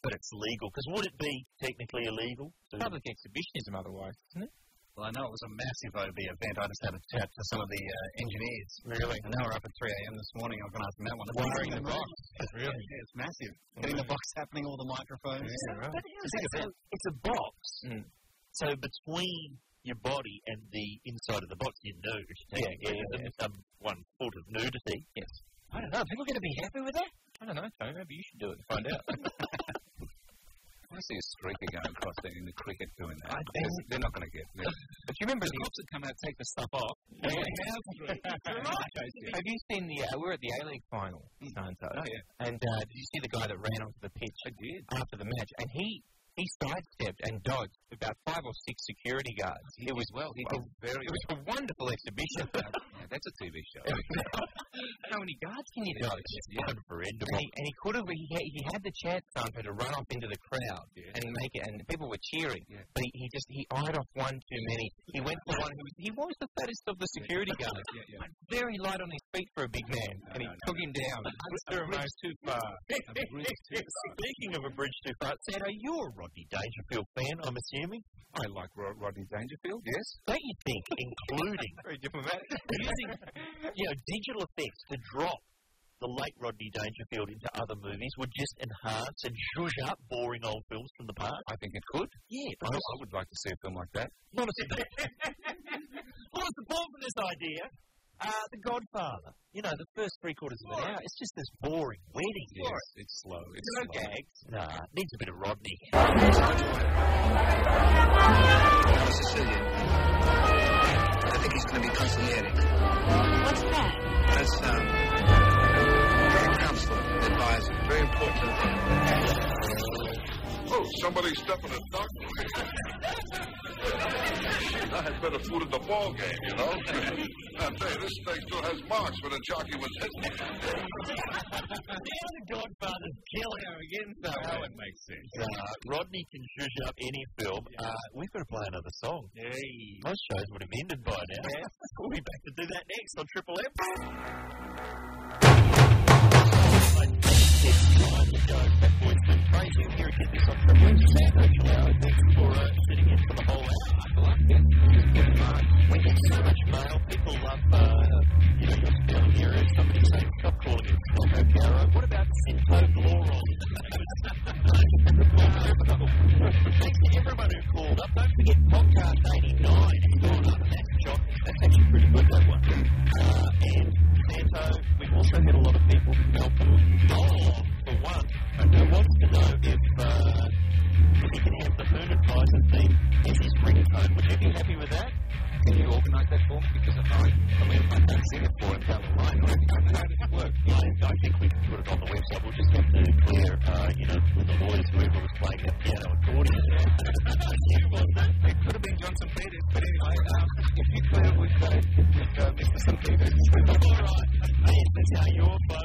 Speaker 1: But it's legal. Because would it be technically illegal? to-
Speaker 2: Public exhibitionism, otherwise, isn't it?
Speaker 10: Well, I know it was a massive OB event. I just had a chat to some of the uh, engineers. Really? And they were up at 3 a.m. this morning organising that one. It's
Speaker 2: Wiring the
Speaker 10: massive.
Speaker 2: box. Really?
Speaker 10: Yeah, it's massive. Getting the box happening, all the microphones.
Speaker 2: right.
Speaker 1: But how's that? So it's a box.
Speaker 2: Mm.
Speaker 1: So between your body and the inside of the box, you're nude.
Speaker 2: Yeah, yeah,
Speaker 1: There's Some, one foot of nudity.
Speaker 2: Yes.
Speaker 1: I don't know. People going to be happy with that?
Speaker 2: I don't know, Tony. Maybe you should do it. Find out.
Speaker 4: I want to see a streaker going across there in the cricket doing that.
Speaker 2: I
Speaker 4: because they're not going to get there.
Speaker 2: But you remember
Speaker 4: The
Speaker 2: the
Speaker 4: cops would come out, take the stuff off.
Speaker 2: Yeah.
Speaker 4: You're right.
Speaker 2: Have you seen the? Uh, we were at the A League final, Santo.
Speaker 4: Oh, yeah.
Speaker 2: And uh, did you see the guy that ran onto the pitch? I did. After the match, and he he sidestepped and dodged about five or six security guards. It was
Speaker 4: well. He
Speaker 2: well,
Speaker 4: did very
Speaker 2: it was a wonderful exhibition.
Speaker 4: well. That's a TV show.
Speaker 2: How many guards can you dodge?
Speaker 4: Yeah.
Speaker 2: And he, and he could have. He had, he had the chance, Santo, to run off into the crowd
Speaker 4: Yeah.
Speaker 2: and make it. And people were cheering.
Speaker 4: Yeah.
Speaker 2: But he, he just he eyed off one too many. He went for one who was he was the fattest of the security guards
Speaker 4: Yeah, yeah.
Speaker 2: very light on his feet for a big man, and he
Speaker 4: no, no.
Speaker 2: took him down. Mr. Ramos too far.
Speaker 1: Speaking of a bridge too far, Sado, you're a Rodney Dangerfield fan, I'm assuming.
Speaker 4: I like Rod- Rodney Dangerfield, yes.
Speaker 1: Don't you think, including
Speaker 2: Very diplomatic.
Speaker 1: using you know digital effects to drop the late Rodney Dangerfield into other movies would just enhance and zhuzh up boring old films from the past.
Speaker 4: I think it could.
Speaker 1: Yeah,
Speaker 4: I, I would like to see a film like that.
Speaker 1: lot of support. lot of support for this idea. Uh, the Godfather. You know, the first three quarters of an hour, it's just this boring wedding.
Speaker 4: Yes, it's slow. It's
Speaker 1: No
Speaker 4: slow.
Speaker 1: gags. Nah, needs a bit of Rodney.
Speaker 15: Sicilian. I think he's going to be consigliere.
Speaker 16: What's that?
Speaker 15: That's um, counselor, advisor, very important.
Speaker 5: Oh, somebody's stepping a duck. I had better food at the ball game, you know.
Speaker 7: Now, say, this thing still has marks where the jockey was hit.
Speaker 1: Now the Godfather's killing him again, though. How it makes sense. Uh, Rodney can zhuzh up any film. Uh, we've got to play another song. Most shows would have ended by now. we'll be back to do that next on Triple M. I think it's time to go. Fat Boys Been Crazy. Here it is on Triple M. Sandwich Hour. Thanks for uh, sitting in for the whole hour. I love it. Just get it right. We get so much mail. People love, uh, you know, what's down here is somebody saying, stop calling it Scott O'Gara. What about Cinto Gloral? Thanks to everyone who called up. Don't forget Podcast 89. If you called up, and that's John. That's actually pretty good, that one. Uh, and Santo, we've also had a lot of people helping Dole, for one. And I wanted to know if, uh, if he can have the Moon Advisor theme as his ringtone. Would you be happy with that? Can you organise that for me? Because I, I mean, if I don't sing it for him down the line, I don't know how does it work. I, I think we can put it on the website. We'll just have to clear, uh, you know, with the lawyers, whoever was playing that piano accordion. Who was that? It could have been Johnson Peters, but anyway, um, if you clear with, uh, with uh, Mr. St. Peters. All right. Yes, that's how you're playing.